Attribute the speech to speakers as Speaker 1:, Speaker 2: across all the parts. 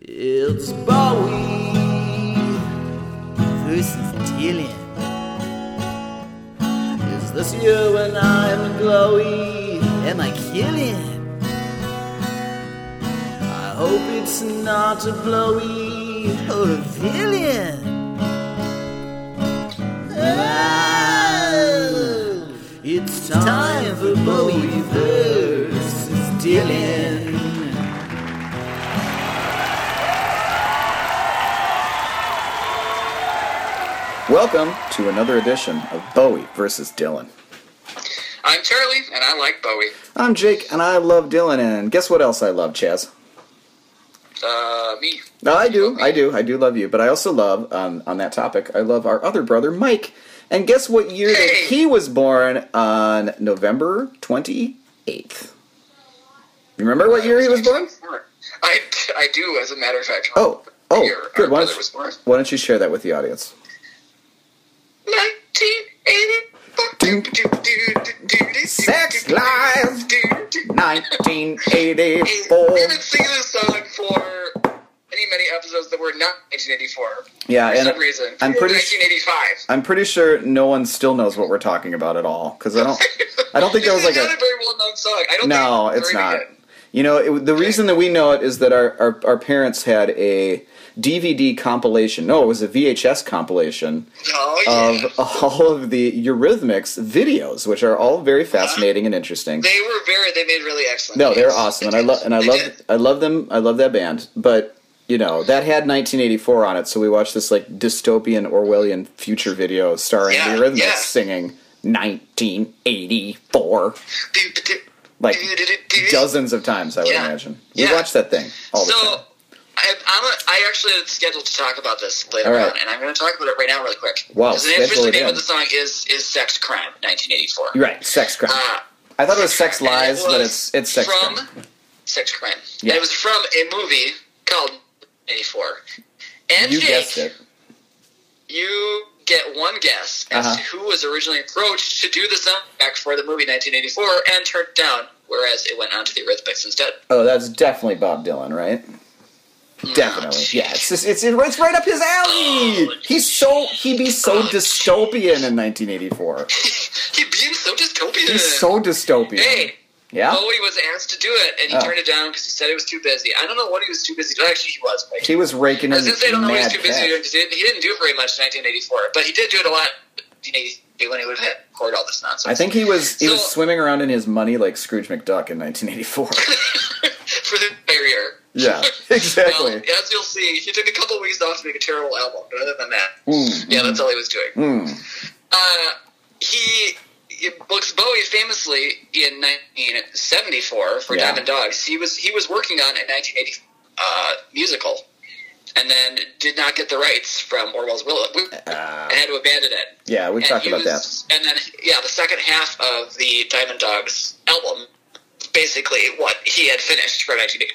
Speaker 1: It's Bowie versus Dylan. Is this you and I am glowy? Am I killing? I hope it's not a blowy or a villain. Oh, it's time for Bowie versus Dylan.
Speaker 2: Welcome to another edition of Bowie versus Dylan.
Speaker 3: I'm Charlie, and I like Bowie.
Speaker 2: I'm Jake, and I love Dylan. And guess what else I love, Chaz?
Speaker 3: Uh, me.
Speaker 2: No, I do, I do, I do love you. But I also love um, on that topic. I love our other brother, Mike. And guess what year
Speaker 3: Hey!
Speaker 2: that he was born on November twenty eighth. Remember what year he was born?
Speaker 3: I, I do, as a matter of fact.
Speaker 2: Oh, oh,
Speaker 3: Year our
Speaker 2: good. Why
Speaker 3: brother
Speaker 2: don't,
Speaker 3: was born.
Speaker 2: why don't you share that with the audience?
Speaker 3: 1980.
Speaker 2: Sex Lives nineteen eighty
Speaker 3: We've been singing this song for many, many episodes that were not 1984.
Speaker 2: Yeah,
Speaker 3: For
Speaker 2: and
Speaker 3: some reason.
Speaker 2: I'm
Speaker 3: We were
Speaker 2: pretty.
Speaker 3: 1985.
Speaker 2: I'm pretty sure no one still knows what we're talking about at all because I don't. I don't think that was like
Speaker 3: It's
Speaker 2: a.
Speaker 3: not a very well known song. I don't
Speaker 2: No,
Speaker 3: think
Speaker 2: it's
Speaker 3: very
Speaker 2: not.
Speaker 3: good.
Speaker 2: You know, it, the reason that we know it is that our, our, our parents had a DVD compilation. No, it was a VHS compilation
Speaker 3: Oh,
Speaker 2: of
Speaker 3: yeah.
Speaker 2: all of the Eurythmics videos, which are all very fascinating and interesting.
Speaker 3: They were very. They made really excellent.
Speaker 2: No, they're
Speaker 3: beats.
Speaker 2: awesome, and
Speaker 3: They
Speaker 2: I
Speaker 3: did.
Speaker 2: love and I
Speaker 3: They
Speaker 2: love
Speaker 3: did.
Speaker 2: I love them. I love that band, but you know that had 1984 on it, so we watched this like dystopian Orwellian future video starring
Speaker 3: Yeah,
Speaker 2: the Eurythmics
Speaker 3: yeah.
Speaker 2: singing 1984
Speaker 3: Do, do, do.
Speaker 2: like
Speaker 3: Do, do, do, do.
Speaker 2: dozens of times. I would
Speaker 3: Yeah.
Speaker 2: imagine we
Speaker 3: Yeah.
Speaker 2: watched that thing all the
Speaker 3: so.
Speaker 2: time.
Speaker 3: I, I'm a, I actually had scheduled to talk about this later
Speaker 2: All right.
Speaker 3: on, and I'm going to talk about it right now, really quick.
Speaker 2: Wow,
Speaker 3: Because the
Speaker 2: schedule
Speaker 3: official
Speaker 2: it
Speaker 3: name
Speaker 2: in.
Speaker 3: of the song is is "Sex Crime" 1984.
Speaker 2: You're right, sex crime.
Speaker 3: Uh,
Speaker 2: I thought it was sex lies,
Speaker 3: and it
Speaker 2: but
Speaker 3: was
Speaker 2: it's it's sex
Speaker 3: from
Speaker 2: crime.
Speaker 3: Sex Crime.
Speaker 2: Yeah.
Speaker 3: And it was from a movie called '84. And
Speaker 2: You
Speaker 3: Jake,
Speaker 2: guessed it.
Speaker 3: you get one guess as
Speaker 2: Uh-huh.
Speaker 3: to who was originally approached to do the soundtrack for the movie 1984 and turned it down, whereas it went on to the Eurythmics instead.
Speaker 2: Oh, that's definitely Bob Dylan, right?
Speaker 3: Mm,
Speaker 2: Definitely, yeah. It's just, it's it's right up his
Speaker 3: Oh,
Speaker 2: alley. He's so he'd be so dystopian in 1984.
Speaker 3: He's being so dystopian.
Speaker 2: He's so dystopian.
Speaker 3: hey,
Speaker 2: yeah,
Speaker 3: Bowie was asked to do it, and he
Speaker 2: Oh.
Speaker 3: turned it down because he said it was too busy. I don't know what he was too busy. doing. Actually, he was. Right?
Speaker 2: he was raking
Speaker 3: I
Speaker 2: in
Speaker 3: was gonna say I don't know what he
Speaker 2: mad
Speaker 3: was too busy
Speaker 2: cash.
Speaker 3: doing because he, didn't- he didn't do very much in 1984, but he did do it a lot. in 1983 When he would have recorded all this nonsense,
Speaker 2: I think he was he was
Speaker 3: So-
Speaker 2: swimming around in his money like Scrooge McDuck in 1984.
Speaker 3: for the barrier.
Speaker 2: yeah, exactly.
Speaker 3: Well, as you'll see, he took a couple weeks off to make a terrible album, but other than that,
Speaker 2: Mm,
Speaker 3: yeah, that's all he was doing.
Speaker 2: mm.
Speaker 3: Uh, he, he books Bowie famously in 1974 for
Speaker 2: Yeah.
Speaker 3: Diamond Dogs. He was he was working on a 1980 uh, musical, and then did not get the rights from Orwell's Willow
Speaker 2: Ah.
Speaker 3: and had to abandon it.
Speaker 2: Yeah, we
Speaker 3: And
Speaker 2: talked
Speaker 3: he
Speaker 2: about that.
Speaker 3: was- And then yeah, the second half of the Diamond Dogs album, is basically what he had finished for 1980,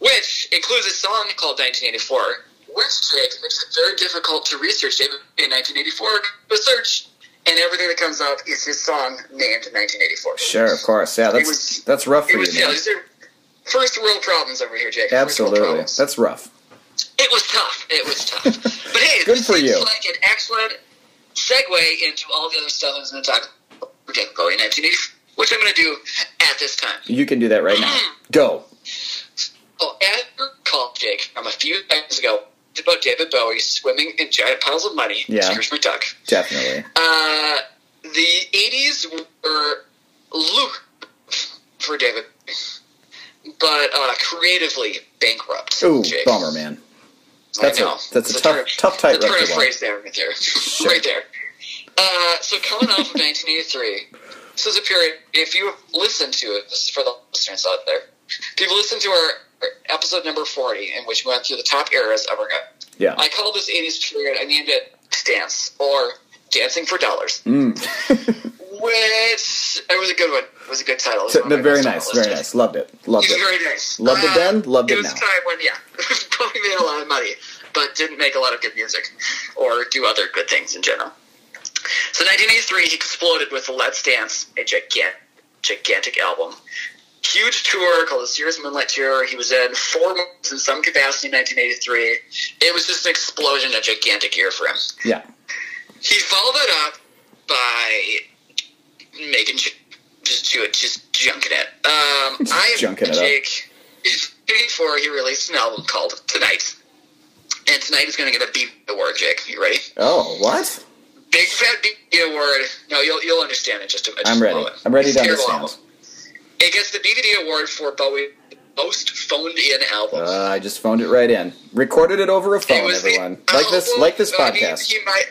Speaker 3: which includes a song called 1984. Which Jake makes it very difficult to research David in 1984 to search, and everything that comes up is his song named 1984.
Speaker 2: Sure, of course. Yeah, that's
Speaker 3: was-
Speaker 2: that's rough
Speaker 3: It
Speaker 2: for
Speaker 3: was,
Speaker 2: you.
Speaker 3: yeah,
Speaker 2: man.
Speaker 3: these are first world problems over here, Jake. First world
Speaker 2: Absolutely,
Speaker 3: problems.
Speaker 2: that's rough.
Speaker 3: It was tough. It was tough. but hey,
Speaker 2: Good
Speaker 3: this
Speaker 2: for
Speaker 3: seems
Speaker 2: you.
Speaker 3: like an excellent segue into all the other stuff I was going to talk about for David Bowie in 1980, which I'm going to do at this time.
Speaker 2: You can do that right now. Go.
Speaker 3: Oh, after call, Jake, from a few seconds ago, about David Bowie swimming in giant piles of money.
Speaker 2: Yeah.
Speaker 3: Scrooge McDuck.
Speaker 2: Definitely.
Speaker 3: Uh, the 80s were look for David, but uh, creatively bankrupt.
Speaker 2: Ooh,
Speaker 3: Jake.
Speaker 2: bummer, man. That's
Speaker 3: I
Speaker 2: a-
Speaker 3: know.
Speaker 2: that's a
Speaker 3: It's
Speaker 2: tough-
Speaker 3: turn-
Speaker 2: tough tightrope
Speaker 3: it's a turn
Speaker 2: to
Speaker 3: of
Speaker 2: walk.
Speaker 3: phrase there, right there, right there. Uh, so coming off of 1983, this is a period. If you listen to it, this is for the listeners out there. If you've listened to our our episode number 40, in which we went through the top eras of our,
Speaker 2: Yeah.
Speaker 3: I call this 80s period. I named it dance or dancing for dollars.
Speaker 2: Mm.
Speaker 3: Which it was a good one. It was a good title. It was
Speaker 2: So,
Speaker 3: one of
Speaker 2: no,
Speaker 3: my
Speaker 2: very
Speaker 3: best on the list.
Speaker 2: nice. Very nice. Loved it. Loved
Speaker 3: It was
Speaker 2: it.
Speaker 3: very nice. Uh,
Speaker 2: Loved it then, loved it
Speaker 3: was
Speaker 2: now.
Speaker 3: a time when, yeah, probably made a lot of money, but didn't make a lot of good music or do other good things in general. So 1983, he exploded with Let's Dance, a gigantic, gigantic album. huge tour called the Sears Moonlight Tour. He was in four months in some capacity in 1983. It was just an explosion, a gigantic year for him.
Speaker 2: Yeah.
Speaker 3: He followed it up by making ju- just do it, just junking it. Um, I
Speaker 2: junking it up.
Speaker 3: Jake, before he released an album called Tonight, and tonight is going to get a B award. Jake, you ready?
Speaker 2: Oh, what?
Speaker 3: Big fat B award. No, you'll you'll understand in just a just
Speaker 2: I'm
Speaker 3: a
Speaker 2: ready.
Speaker 3: moment.
Speaker 2: I'm ready
Speaker 3: It's
Speaker 2: to
Speaker 3: a terrible
Speaker 2: understand.
Speaker 3: album. It gets the DVD award for Bowie most phoned in album.
Speaker 2: Uh, I just phoned it right in. Recorded it over a
Speaker 3: It
Speaker 2: phone,
Speaker 3: was the
Speaker 2: everyone. Like this,
Speaker 3: album
Speaker 2: like this
Speaker 3: that he-
Speaker 2: podcast.
Speaker 3: He, might,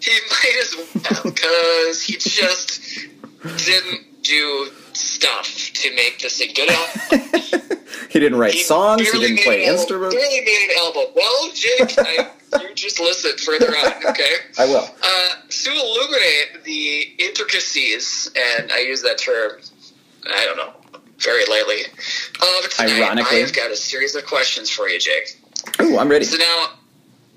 Speaker 3: he might as well because he just didn't do stuff to make this a good album.
Speaker 2: He didn't write
Speaker 3: He
Speaker 2: songs. He
Speaker 3: barely
Speaker 2: didn't
Speaker 3: made
Speaker 2: play
Speaker 3: an album-
Speaker 2: instruments.
Speaker 3: Barely made an album. Well, Jake, I, you just listen further on, okay?
Speaker 2: I will.
Speaker 3: Uh, to illuminate the intricacies, and I use that term, I don't know, very lightly. Of tonight,
Speaker 2: Ironically.
Speaker 3: I have got a series of questions for you, Jake.
Speaker 2: Ooh, I'm ready.
Speaker 3: So now,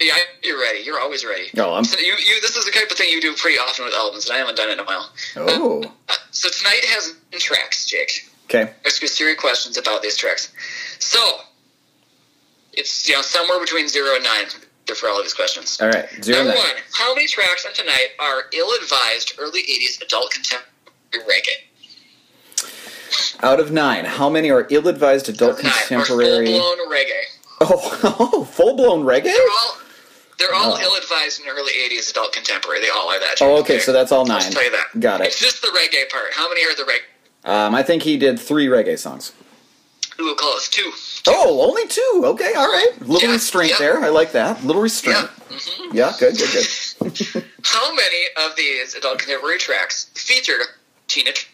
Speaker 3: yeah, you're ready. You're always ready.
Speaker 2: Oh, I'm-
Speaker 3: So you, you, this is the type of thing you do pretty often with albums, and I haven't done it in a while.
Speaker 2: Oh,
Speaker 3: Uh, so tonight has tracks, Jake
Speaker 2: okay.
Speaker 3: ask you a series of questions about these tracks. So it's you know somewhere between zero and nine for all of these questions.
Speaker 2: All right. Zero
Speaker 3: Number
Speaker 2: nine.
Speaker 3: one, how many tracks on tonight are ill-advised early '80s adult contemporary reggae?
Speaker 2: Out of nine, how many are ill-advised adult
Speaker 3: Nine or
Speaker 2: contemporary?
Speaker 3: full-blown reggae.
Speaker 2: Oh, oh, full-blown reggae.
Speaker 3: They're all they're all
Speaker 2: Oh.
Speaker 3: ill-advised in early '80s adult contemporary. They all are that.
Speaker 2: Oh, okay. So that's all
Speaker 3: I'll
Speaker 2: nine.
Speaker 3: just tell you that.
Speaker 2: Got
Speaker 3: It's
Speaker 2: it.
Speaker 3: just the reggae part. How many are the reggae?
Speaker 2: Um, I think he did three reggae songs.
Speaker 3: We'll call us two.
Speaker 2: Oh, only two. Okay, all right. Little
Speaker 3: Yeah,
Speaker 2: restraint
Speaker 3: yeah.
Speaker 2: there. I like that. Little restraint.
Speaker 3: Yeah. Mhm.
Speaker 2: Yeah, good, good, good.
Speaker 3: How many of these adult contemporary tracks featured Tina Turner?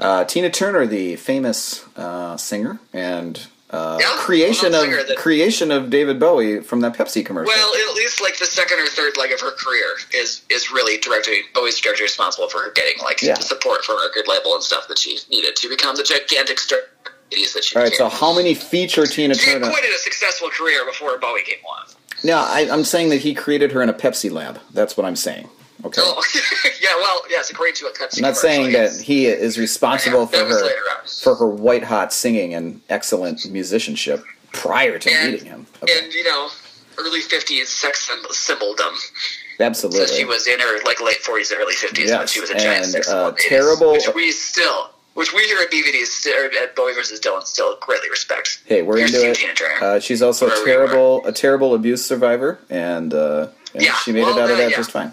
Speaker 2: Uh, Tina Turner, the famous uh, singer and uh,
Speaker 3: Yeah,
Speaker 2: creation
Speaker 3: well,
Speaker 2: of
Speaker 3: singer that-
Speaker 2: creation of David Bowie from that Pepsi commercial.
Speaker 3: Well, at least like the second or third leg of her career is is really directly always directly responsible for her getting like
Speaker 2: Yeah.
Speaker 3: support from record label and stuff that she needed to become the gigantic star it is that she
Speaker 2: all right. So
Speaker 3: became.
Speaker 2: how many feature Tina
Speaker 3: she had
Speaker 2: Turner?
Speaker 3: quite a successful career before Bowie came along.
Speaker 2: No, I, I'm saying that he created her in a Pepsi lab. That's what I'm saying. Okay.
Speaker 3: Oh, yeah, well, yes, according to a cut.
Speaker 2: I'm not saying that he is responsible
Speaker 3: Yeah, that
Speaker 2: for
Speaker 3: was
Speaker 2: her
Speaker 3: later on.
Speaker 2: for her white hot singing and excellent musicianship prior to
Speaker 3: And-
Speaker 2: meeting him. Okay.
Speaker 3: And you know, early '50s sex symbol- symboldom.
Speaker 2: Absolutely.
Speaker 3: So she was in her like late 40s and early 50s when
Speaker 2: Yes,
Speaker 3: she was a giant
Speaker 2: and,
Speaker 3: sex
Speaker 2: uh,
Speaker 3: symbol. It is-
Speaker 2: terrible-
Speaker 3: Which we still, which we here at BVD st- or at Bowie versus Dylan still greatly respect.
Speaker 2: hey, we're
Speaker 3: Here's
Speaker 2: into
Speaker 3: Tina
Speaker 2: it.
Speaker 3: Turner.
Speaker 2: Uh, she's also
Speaker 3: Where
Speaker 2: a
Speaker 3: we were.
Speaker 2: terrible, a terrible abuse survivor, and, uh, and
Speaker 3: Yeah,
Speaker 2: she made
Speaker 3: well,
Speaker 2: it out of
Speaker 3: uh,
Speaker 2: that
Speaker 3: yeah.
Speaker 2: just fine.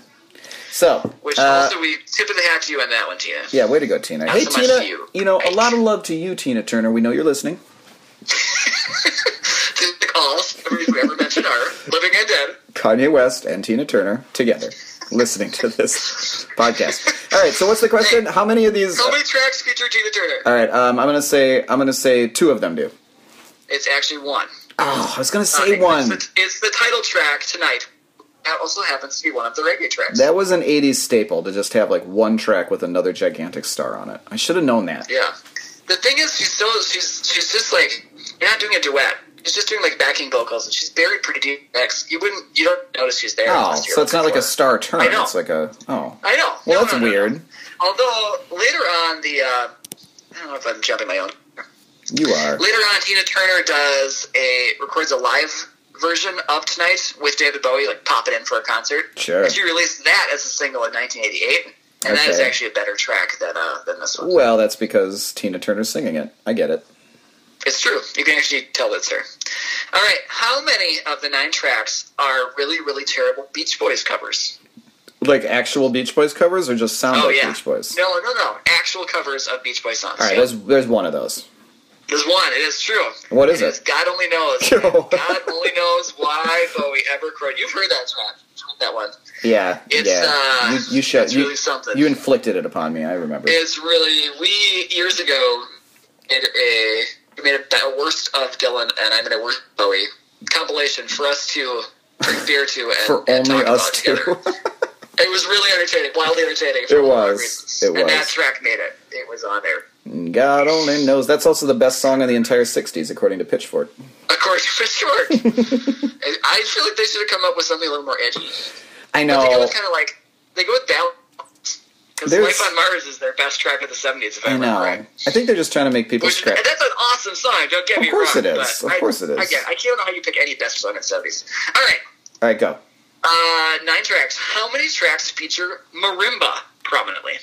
Speaker 2: So,
Speaker 3: which
Speaker 2: uh,
Speaker 3: also we tip of the hat to you on that one, Tina.
Speaker 2: yeah, way to go, Tina. Hey,
Speaker 3: so much
Speaker 2: Tina,
Speaker 3: to you.
Speaker 2: know, a lot of love to you, Tina Turner. We know you're listening.
Speaker 3: the calls we ever mentioned are living and dead.
Speaker 2: Kanye West and Tina Turner together, listening to this podcast. All right, so what's the question? How many of these?
Speaker 3: How many tracks feature Tina Turner?
Speaker 2: All right, um, I'm gonna say I'm gonna say two of them do.
Speaker 3: it's actually one.
Speaker 2: Oh, I was gonna
Speaker 3: Uh,
Speaker 2: say one.
Speaker 3: It's the, it's the title track tonight. That also happens to be one of the reggae tracks.
Speaker 2: That was an '80s staple to just have like one track with another gigantic star on it. I should have known that.
Speaker 3: Yeah. The thing is, she's so she's she's just like you're not doing a duet. She's just doing like backing vocals, and she's buried pretty deep. Next, you wouldn't you don't notice she's there.
Speaker 2: Oh,
Speaker 3: unless you're
Speaker 2: so it's not like a
Speaker 3: looking
Speaker 2: star turn.
Speaker 3: I know.
Speaker 2: It's like a oh.
Speaker 3: for it. I know.
Speaker 2: Well,
Speaker 3: No,
Speaker 2: that's
Speaker 3: no, no, no.
Speaker 2: weird.
Speaker 3: Although later on the uh, I don't know if I'm jumping my own.
Speaker 2: You are.
Speaker 3: Later on, Tina Turner does a records a live version of Tonight with David Bowie, like pop it in for a concert.
Speaker 2: Sure.
Speaker 3: And she released that as a single in 1988, and that is
Speaker 2: Okay.
Speaker 3: actually a better track than uh, than this one.
Speaker 2: Well, that's because Tina Turner's singing it. I get it.
Speaker 3: It's true. You can actually tell it's her. All right. How many of the nine tracks are really, really terrible Beach Boys covers?
Speaker 2: Like actual Beach Boys covers, or just sound
Speaker 3: Oh,
Speaker 2: like
Speaker 3: yeah.
Speaker 2: Beach Boys.
Speaker 3: No, no, no. Actual covers of Beach Boy songs.
Speaker 2: All right,
Speaker 3: Yeah.
Speaker 2: there's there's one of those.
Speaker 3: There's one. It is true.
Speaker 2: What is it?
Speaker 3: God only knows. God only knows why Bowie ever crowed. You've heard that track. You've heard that one.
Speaker 2: Yeah,
Speaker 3: It's,
Speaker 2: yeah.
Speaker 3: uh,
Speaker 2: you, you should.
Speaker 3: it's
Speaker 2: you,
Speaker 3: really something.
Speaker 2: You inflicted it upon me. I remember.
Speaker 3: It's really we years ago did a we made a, a worst of Dylan and I made a worst of Bowie compilation for us to drink beer to and,
Speaker 2: For
Speaker 3: and
Speaker 2: only
Speaker 3: talk about
Speaker 2: us
Speaker 3: together.
Speaker 2: two.
Speaker 3: It was really entertaining, wildly entertaining. For
Speaker 2: It
Speaker 3: a lot of
Speaker 2: was.
Speaker 3: reasons.
Speaker 2: It
Speaker 3: And that
Speaker 2: was.
Speaker 3: track made it. It was on there.
Speaker 2: God only knows. That's also the best song in the entire '60s, according to Pitchfork.
Speaker 3: Of course, for sure. And I feel like they should have come up with something a little more edgy.
Speaker 2: I
Speaker 3: But they go
Speaker 2: know.
Speaker 3: with kind of like they go with balance. Because
Speaker 2: There's-
Speaker 3: Life on Mars is their best track of the 70s, if I,
Speaker 2: I
Speaker 3: remember
Speaker 2: know.
Speaker 3: right.
Speaker 2: I think they're just trying to make people
Speaker 3: Which is, and
Speaker 2: scratch.
Speaker 3: that's an awesome song, don't get
Speaker 2: Of
Speaker 3: me wrong.
Speaker 2: course it is.
Speaker 3: but
Speaker 2: Of
Speaker 3: I-
Speaker 2: course it is.
Speaker 3: Again, I can't know how you pick any best song in the 70s. All right,
Speaker 2: All right, go.
Speaker 3: uh, nine tracks. How many tracks feature marimba prominently?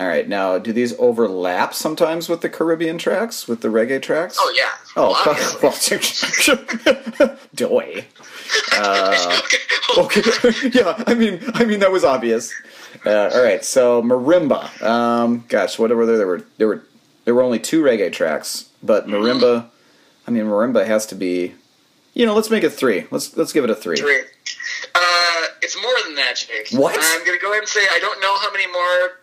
Speaker 2: All right, now do these overlap sometimes with the Caribbean tracks, with the reggae tracks?
Speaker 3: Oh, yeah.
Speaker 2: Oh,
Speaker 3: Well, obviously.
Speaker 2: well, doy. Okay, yeah. I mean, I mean that was obvious. Uh, all right, so marimba. Um, gosh, what were there? There were there were there were only two reggae tracks, but marimba. I mean, marimba has to be. You know, let's make it three. Let's let's give it a three.
Speaker 3: Three. Uh, it's more than that, Jake.
Speaker 2: What?
Speaker 3: I'm gonna go ahead and say I don't know how many more.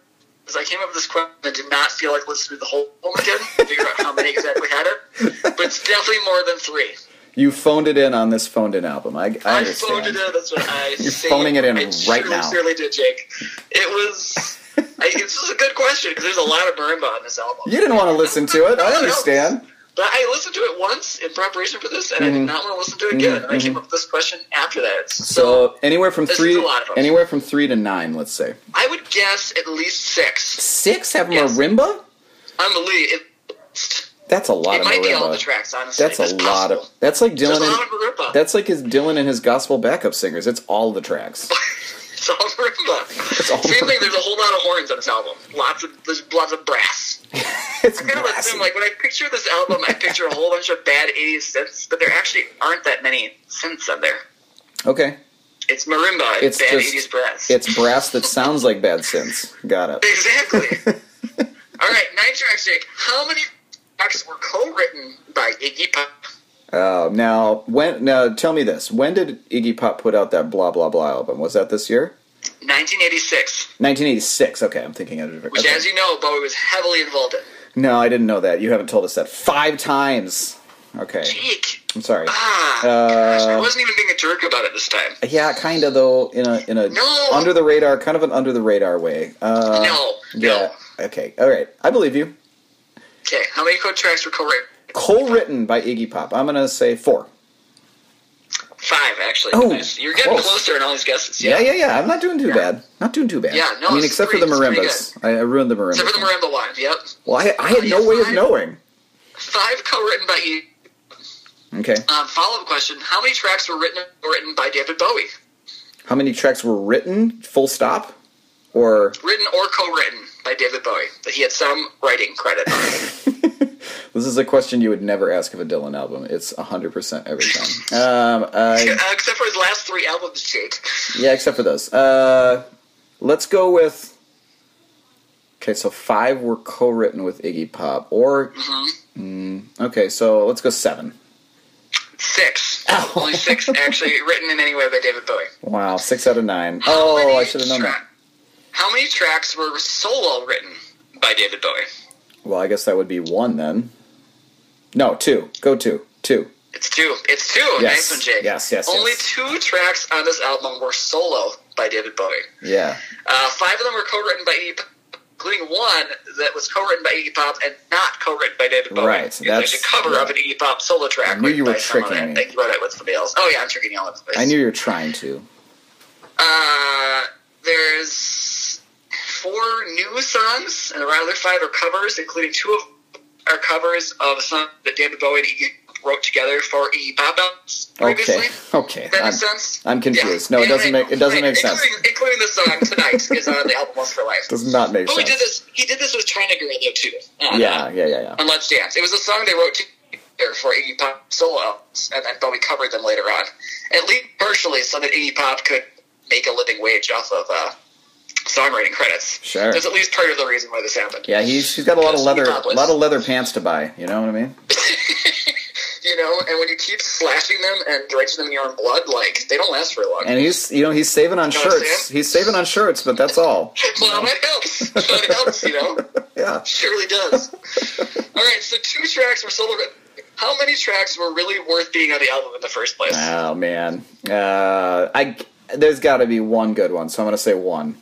Speaker 3: Because I came up with this question and did not feel like listening to the whole poem again to figure out how many exactly had it. But it's definitely more than three.
Speaker 2: You phoned it in on this phoned in album. I, I
Speaker 3: I
Speaker 2: understand.
Speaker 3: phoned it in. That's what I.
Speaker 2: You're phoning it in
Speaker 3: I
Speaker 2: right now.
Speaker 3: Sincerely, did Jake? It was. I, this is a good question because there's a lot of marimba on this album.
Speaker 2: You didn't want to listen to it. I
Speaker 3: No.
Speaker 2: understand.
Speaker 3: But I listened to it once in preparation for this, and I did not want to listen to it again. And I came up with this question after that.
Speaker 2: Mm-hmm. So anywhere from
Speaker 3: This is
Speaker 2: three,
Speaker 3: a lot of them.
Speaker 2: anywhere from three to nine, let's say.
Speaker 3: I would guess at least six.
Speaker 2: Six have
Speaker 3: Yes.
Speaker 2: marimba.
Speaker 3: I'm a lead. It,
Speaker 2: That's a lot
Speaker 3: it
Speaker 2: of
Speaker 3: might
Speaker 2: marimba.
Speaker 3: be all the tracks, honestly.
Speaker 2: That's a lot
Speaker 3: possible.
Speaker 2: of. That's like
Speaker 3: There's
Speaker 2: Dylan.
Speaker 3: a lot of
Speaker 2: And,
Speaker 3: marimba.
Speaker 2: that's like his Dylan and his gospel backup singers. It's all the tracks.
Speaker 3: it's all marimba.
Speaker 2: all
Speaker 3: Same
Speaker 2: marimba.
Speaker 3: thing. There's a whole lot of horns on this album. Lots of there's lots of brass.
Speaker 2: It's
Speaker 3: Kind of like,
Speaker 2: brassy.
Speaker 3: like when I picture this album, I picture a whole bunch of bad '80s synths, but there actually aren't that many synths on there.
Speaker 2: okay,
Speaker 3: It's marimba.
Speaker 2: It's
Speaker 3: It's bad
Speaker 2: just-
Speaker 3: '80s brass.
Speaker 2: it's brass that sounds like bad synths. Got it.
Speaker 3: exactly. all right, nine tracks, Jake. How many tracks were co-written by Iggy Pop?
Speaker 2: Uh, now when now tell me this: When did Iggy Pop put out that blah blah blah album? Was that this year?
Speaker 3: 1986,
Speaker 2: 1986. Okay, I'm thinking of a different.
Speaker 3: which,
Speaker 2: okay.
Speaker 3: as you know, Bowie was heavily involved in.
Speaker 2: No, I didn't know that. You haven't told us that five times. Okay,
Speaker 3: Jake.
Speaker 2: I'm sorry.
Speaker 3: Ah,
Speaker 2: Uh,
Speaker 3: gosh, I wasn't even being a jerk about it this time.
Speaker 2: Yeah, kind of though, in a in a
Speaker 3: No.
Speaker 2: under the radar, kind of an under the radar way. Uh,
Speaker 3: no, no.
Speaker 2: yeah. Okay. All right. I believe you.
Speaker 3: Okay, how many code tracks were co-written?
Speaker 2: Co-written by Iggy Pop. I'm gonna say four.
Speaker 3: Five, actually.
Speaker 2: Oh,
Speaker 3: Nice. You're getting
Speaker 2: close.
Speaker 3: closer in all these guesses.
Speaker 2: Yeah,
Speaker 3: Yeah.
Speaker 2: yeah, yeah. I'm not doing too bad. Not doing too bad.
Speaker 3: Yeah, no,
Speaker 2: I mean,
Speaker 3: it's
Speaker 2: except for
Speaker 3: pretty-
Speaker 2: the
Speaker 3: it's pretty
Speaker 2: marimbas. I, I ruined the marimbas.
Speaker 3: Except for the Oh, marimba one. Yep.
Speaker 2: well, I, I had no
Speaker 3: Yeah,
Speaker 2: way of
Speaker 3: fine.
Speaker 2: knowing.
Speaker 3: Five co-written by you.
Speaker 2: Okay.
Speaker 3: Um, follow-up question: How many tracks were written written by David Bowie?
Speaker 2: How many tracks were written? Full stop. Or
Speaker 3: Written or co-written by David Bowie? That he had some writing credit. on.
Speaker 2: this is a question you would never ask of a Dylan album. It's 100% every time. um, I,
Speaker 3: uh, except for his last three albums, Jake.
Speaker 2: yeah, except for those. Uh, let's go with. Okay, so five were co-written with Iggy Pop, or
Speaker 3: Mm-hmm.
Speaker 2: Mm, okay, so let's go seven.
Speaker 3: Six. Only six actually written in any way by David Bowie.
Speaker 2: Wow, six out of nine.
Speaker 3: How
Speaker 2: Oh,
Speaker 3: many
Speaker 2: I should have known that.
Speaker 3: track- How many tracks were solo written by David Bowie?
Speaker 2: Well, I guess that would be one then. No, two. Go two. Two.
Speaker 3: It's two. It's two.
Speaker 2: Yes.
Speaker 3: Nice one, Jake.
Speaker 2: Yes, yes,
Speaker 3: Only
Speaker 2: yes.
Speaker 3: two tracks on this album were solo by David Bowie.
Speaker 2: Yeah.
Speaker 3: Uh, five of them were co-written by Iggy, Pop, including one that was co-written by Iggy Pop and not co-written by David Bowie.
Speaker 2: Right,
Speaker 3: It was
Speaker 2: that's-
Speaker 3: like a cover of an Iggy Pop solo track.
Speaker 2: I knew you
Speaker 3: written
Speaker 2: were
Speaker 3: by someone that-
Speaker 2: tricking me.
Speaker 3: that he wrote it with somebody else. Oh yeah, I'm tricking you all over the place.
Speaker 2: I knew you were trying to.
Speaker 3: Uh, there's four new songs, and the other five are covers, including two of are covers of songs that David Bowie and Iggy wrote together for Iggy Pop albums previously.
Speaker 2: Okay. Okay.
Speaker 3: That
Speaker 2: I'm,
Speaker 3: makes sense.
Speaker 2: I'm confused. No, it
Speaker 3: Yeah,
Speaker 2: doesn't make it doesn't make sense.
Speaker 3: Including, including the song "Tonight" is on the album "Once for Life."
Speaker 2: Does not make
Speaker 3: But we did
Speaker 2: sense.
Speaker 3: this. He did this with China Girl though too. Uh,
Speaker 2: Yeah, yeah, yeah, yeah.
Speaker 3: On Let's Dance, it was a song they wrote together for Iggy Pop solo albums, and then Bowie covered them later on, at least partially, so that Iggy Pop could make a living wage off of uh, songwriting credits.
Speaker 2: Sure.
Speaker 3: That's at least part of the reason why this happened.
Speaker 2: Yeah, he's he's got a lot of
Speaker 3: Yes,
Speaker 2: leather
Speaker 3: Pop
Speaker 2: a
Speaker 3: was-
Speaker 2: lot of leather pants to buy, you know what I mean?
Speaker 3: You know, and when you keep slashing them and drenching them in your own blood, like they don't last very long.
Speaker 2: And he's you know, he's saving on
Speaker 3: know what I'm
Speaker 2: shirts.
Speaker 3: saying?
Speaker 2: He's saving on shirts, but that's all.
Speaker 3: well, that helps. That helps, you know.
Speaker 2: Yeah.
Speaker 3: Surely does. All right, so two tracks were solo. How many tracks were really worth being on the album in the first place?
Speaker 2: Oh man. Uh I there's got to be one good one, so I'm going to say one.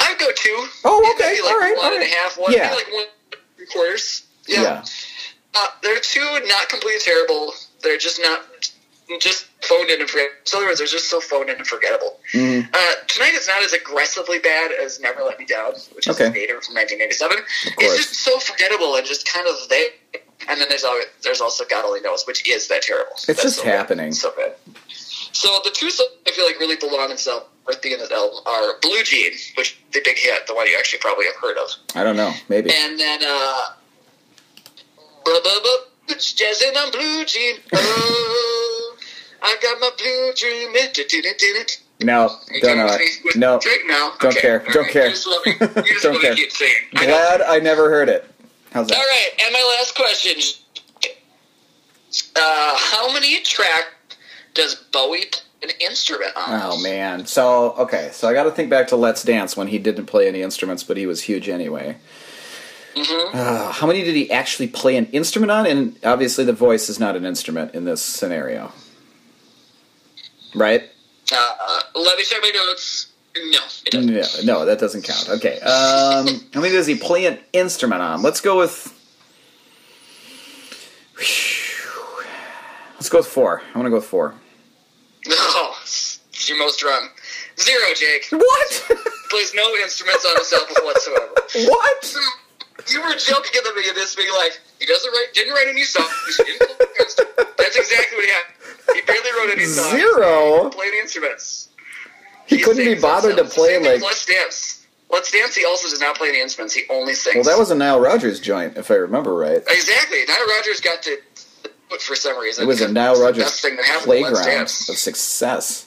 Speaker 3: I'd go two.
Speaker 2: Oh,
Speaker 3: Maybe
Speaker 2: okay,
Speaker 3: Like
Speaker 2: all right,
Speaker 3: one
Speaker 2: all
Speaker 3: and a
Speaker 2: right.
Speaker 3: half, one-
Speaker 2: Yeah.
Speaker 3: maybe like one and three quarters. Yeah. Uh, they're two not completely terrible. They're just not just phoned in and forgettable. Some other ones are just so phoned in and forgettable.
Speaker 2: Mm-hmm.
Speaker 3: Uh, Tonight is not as aggressively bad as Never Let Me Down, which is
Speaker 2: Okay.
Speaker 3: a Vader from 1987.
Speaker 2: course.
Speaker 3: It's just so forgettable and just kind of there. And then there's al there's also God Only Knows, which is that terrible. It's
Speaker 2: just happening.
Speaker 3: so bad. So the two songs I feel like really belong in Self Worthy in this album are Blue Jean, which the big hit, the one you actually probably have heard of.
Speaker 2: I don't know. Maybe.
Speaker 3: And then, uh, blah, blah, blah, jazzing on blue jean. Oh, I got my blue dream. Don't
Speaker 2: No, don't know it. No,
Speaker 3: Drake now.
Speaker 2: Don't care.
Speaker 3: all
Speaker 2: Don't care.
Speaker 3: You just let me, you just let
Speaker 2: Don't
Speaker 3: me
Speaker 2: care.
Speaker 3: keep singing. I know.
Speaker 2: glad I never heard it. How's
Speaker 3: All
Speaker 2: that?
Speaker 3: right, and my last question. Uh, how many track does Bowie play an instrument on?
Speaker 2: Oh man. So okay. So I got to think back to Let's Dance when he didn't play any instruments, but he was huge anyway. Uh, how many did he actually play an instrument on? And obviously, the voice is not an instrument in this scenario, right?
Speaker 3: Uh, let me check my notes. No, it doesn't.
Speaker 2: No, no, that doesn't count. Okay. Um, how many does he play an instrument on? Let's go with. Let's go with four. I want to go with four.
Speaker 3: Oh, you're most wrong. Zero, Jake.
Speaker 2: What?
Speaker 3: plays no instruments on his album whatsoever.
Speaker 2: what?
Speaker 3: You were joking at the beginning of this, being like, he doesn't write, didn't write any songs. he didn't play any instruments. That's exactly what he had. He barely wrote any songs.
Speaker 2: Zero.
Speaker 3: Played any instruments.
Speaker 2: He couldn't be
Speaker 3: sings
Speaker 2: bothered to
Speaker 3: himself.
Speaker 2: play
Speaker 3: Same thing with
Speaker 2: like.
Speaker 3: Let's Dance. Let's Dance. He also does not play any instruments. He only sings.
Speaker 2: Well, that was a Nile Rodgers joint, if I remember right.
Speaker 3: exactly. Nile Rodgers got to but for some reason.
Speaker 2: It was a
Speaker 3: because
Speaker 2: Nile
Speaker 3: it's the
Speaker 2: Rodgers
Speaker 3: best thing that happened to Let's
Speaker 2: playground of
Speaker 3: Dance.
Speaker 2: success.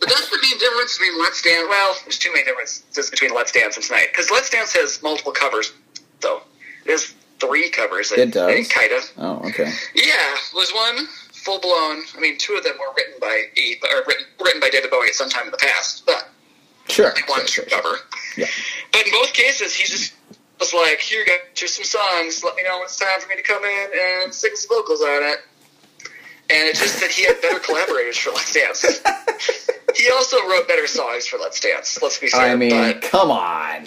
Speaker 3: But that's the main difference between Let's Dance. Well, there's two main differences between Let's Dance and Tonight. Because Let's Dance has multiple covers, though. There's three covers. I
Speaker 2: It does?
Speaker 3: think, Kind of.
Speaker 2: Oh, okay.
Speaker 3: Yeah, there's one full blown. I mean, two of them were written by E- or written, written by David Bowie at some time in the past, but
Speaker 2: Sure.
Speaker 3: one
Speaker 2: Sure, sure, sure.
Speaker 3: cover.
Speaker 2: Yeah.
Speaker 3: But in both cases, he's just was like, "Here, guys, here's some songs. Let me know when it's time for me to come in and sing some vocals on it." And it's just that he had better collaborators for Let's Dance. he also wrote better songs for Let's Dance. Let's be fair.
Speaker 2: I mean,
Speaker 3: but,
Speaker 2: come on.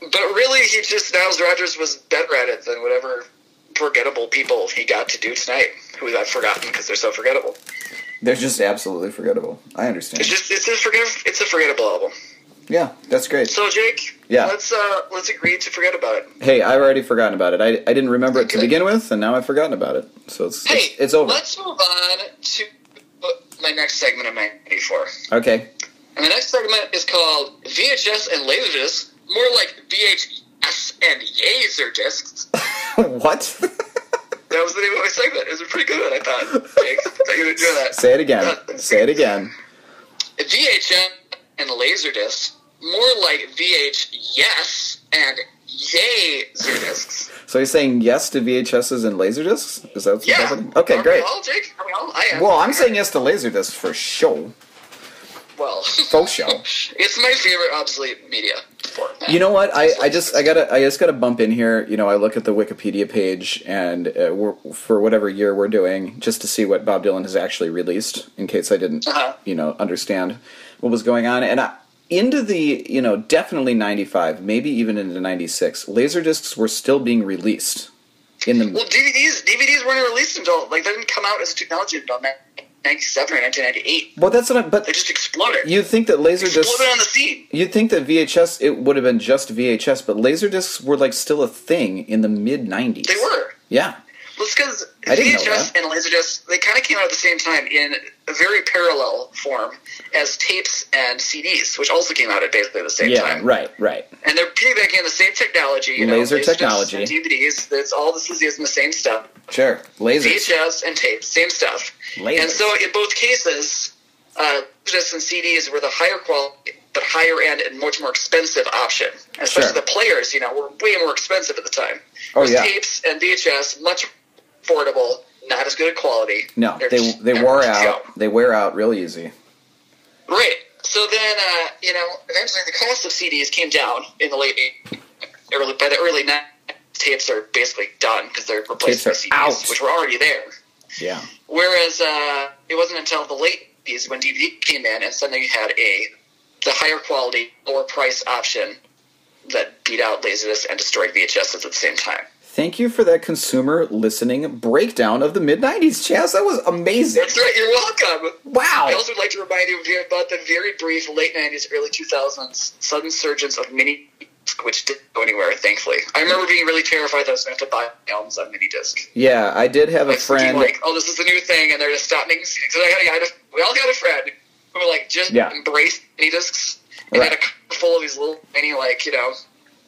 Speaker 3: but really, he just Niles Rogers was better at it than whatever forgettable people he got to do tonight, who I've forgotten because they're so forgettable.
Speaker 2: They're just absolutely forgettable. I understand.
Speaker 3: It's just it's a forget it's a forgettable album.
Speaker 2: yeah, that's great.
Speaker 3: So Jake,
Speaker 2: Yeah.
Speaker 3: let's uh let's agree to forget about it.
Speaker 2: Hey, I've already forgotten about it. I, I didn't remember it to
Speaker 3: Okay.
Speaker 2: begin with, and now I've forgotten about it. So it's
Speaker 3: Hey,
Speaker 2: it's, it's over.
Speaker 3: Let's move on to my next segment of my 94.
Speaker 2: Okay.
Speaker 3: And the next segment is called VHS and Laserdiscs, more like VHS and Yaser discs.
Speaker 2: what?
Speaker 3: That was the name of my segment. It was a pretty good one, I thought. Jake, I thought you would enjoy that.
Speaker 2: Say it again. Say it again.
Speaker 3: VHS and Laserdiscs, more like VHS and Yaser discs.
Speaker 2: So you're saying yes to VHSs and Laserdiscs? Is that what's
Speaker 3: Yeah.
Speaker 2: happening? Okay,
Speaker 3: Are
Speaker 2: great.
Speaker 3: We all, Jake? Are we all? I am.
Speaker 2: Well, I'm saying yes to Laserdiscs for show.
Speaker 3: Well,
Speaker 2: Faux show.
Speaker 3: it's my favorite obsolete media format.
Speaker 2: You know what? I, I just I gotta I just gotta bump in here. You know, I look at the Wikipedia page and uh, we're, for whatever year we're doing, just to see what Bob Dylan has actually released, in case I didn't
Speaker 3: Uh-huh.
Speaker 2: you know understand what was going on. And I, into the you know definitely ninety five, maybe even into ninety six, laserdiscs were still being released in the
Speaker 3: Well, DVDs DVDs weren't released until like they didn't come out as a technology until ninety seven or nineteen ninety eight.
Speaker 2: well. That's what I but
Speaker 3: They just exploded.
Speaker 2: you think that laserdiscs.
Speaker 3: exploded on the scene.
Speaker 2: You'd think that VHS it would have been just VHS, but Laserdiscs were like still a thing in the mid '90s.
Speaker 3: They were.
Speaker 2: yeah.
Speaker 3: Well, it's because
Speaker 2: I didn't know
Speaker 3: VHS
Speaker 2: that.
Speaker 3: and Laserdisc they kind of came out at the same time in a very parallel form as tapes and CDs, which also came out at basically the same
Speaker 2: Yeah,
Speaker 3: time.
Speaker 2: right, right.
Speaker 3: And they're piggybacking on the same technology, you know,
Speaker 2: Laser
Speaker 3: Laserdiscs
Speaker 2: technology.
Speaker 3: and DVDs. That's all this is using the same stuff.
Speaker 2: Sure. Lasers.
Speaker 3: VHS and tapes, same stuff.
Speaker 2: Lasers.
Speaker 3: And so in both cases, uh, just and CDs were the higher quality, but higher end and much more expensive option. And Especially
Speaker 2: Sure.
Speaker 3: the players, you know, were way more expensive at the time.
Speaker 2: Oh,
Speaker 3: Whereas
Speaker 2: yeah.
Speaker 3: Tapes and VHS much affordable, not as good a quality.
Speaker 2: No,
Speaker 3: They're
Speaker 2: they
Speaker 3: just
Speaker 2: they
Speaker 3: never
Speaker 2: wore
Speaker 3: gonna
Speaker 2: out.
Speaker 3: go.
Speaker 2: They wear out real easy.
Speaker 3: Right. So then, uh, you know, eventually the cost of CDs came down in the late 80s, early by the early 90s. Tapes are basically done because they're replaced by
Speaker 2: are
Speaker 3: CDs,
Speaker 2: out.
Speaker 3: which were already there.
Speaker 2: Yeah.
Speaker 3: Whereas uh, it wasn't until the late 80s when DVD came in, and suddenly you had a the higher quality, lower price option that beat out Laserdisc and destroyed VHSs at the same time.
Speaker 2: Thank you for that consumer listening breakdown of the mid 90s, Chaz. That was amazing.
Speaker 3: That's right. You're welcome. I
Speaker 2: Wow.
Speaker 3: also would like to remind you very- about the very brief late 90s, early 2000s sudden surgence of mini disc, which didn't go anywhere, thankfully. I remember being really terrified that I was going to have to buy albums on mini disc.
Speaker 2: Yeah, I did have a
Speaker 3: Like, being
Speaker 2: friend.
Speaker 3: like, oh, this is the new thing, and they're just stopping making CDs. 'Cause I had a, I had a, we all got a friend who, like, just
Speaker 2: Yeah.
Speaker 3: embraced mini discs and
Speaker 2: Right.
Speaker 3: had a car full of these little mini, like, you know,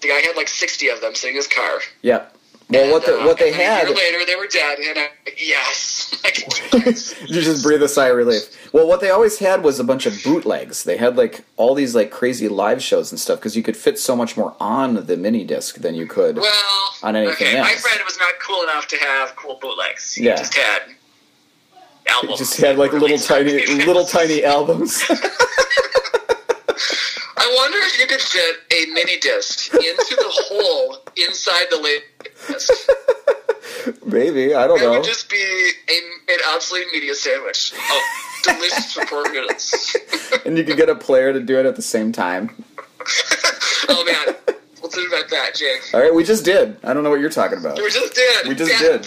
Speaker 3: the guy had like 60 of them sitting in his car.
Speaker 2: Yep. Well, what,
Speaker 3: And,
Speaker 2: the,
Speaker 3: uh,
Speaker 2: what they
Speaker 3: and then
Speaker 2: had.
Speaker 3: A year later, they were dead, and I, yes. I can do this.
Speaker 2: you just breathe a sigh of relief. Well, what they always had was a bunch of bootlegs. They had like all these like crazy live shows and stuff because you could fit so much more on the mini disc than you could.
Speaker 3: Well,
Speaker 2: on anything
Speaker 3: okay, my
Speaker 2: else.
Speaker 3: friend was not cool enough to have cool bootlegs. He
Speaker 2: Yeah.
Speaker 3: just had
Speaker 2: It
Speaker 3: albums.
Speaker 2: just had like little tiny, little tiny albums.
Speaker 3: I wonder if you could fit a mini disc into the hole inside the lid. disc.
Speaker 2: Maybe I don't
Speaker 3: It
Speaker 2: know.
Speaker 3: would just be a, an obsolete media sandwich of delicious support units.
Speaker 2: And you could get a player to do it at the same time.
Speaker 3: oh man, we'll do about that, Jake.
Speaker 2: All right, we just did. I don't know what you're talking about.
Speaker 3: We just did.
Speaker 2: We just
Speaker 3: did.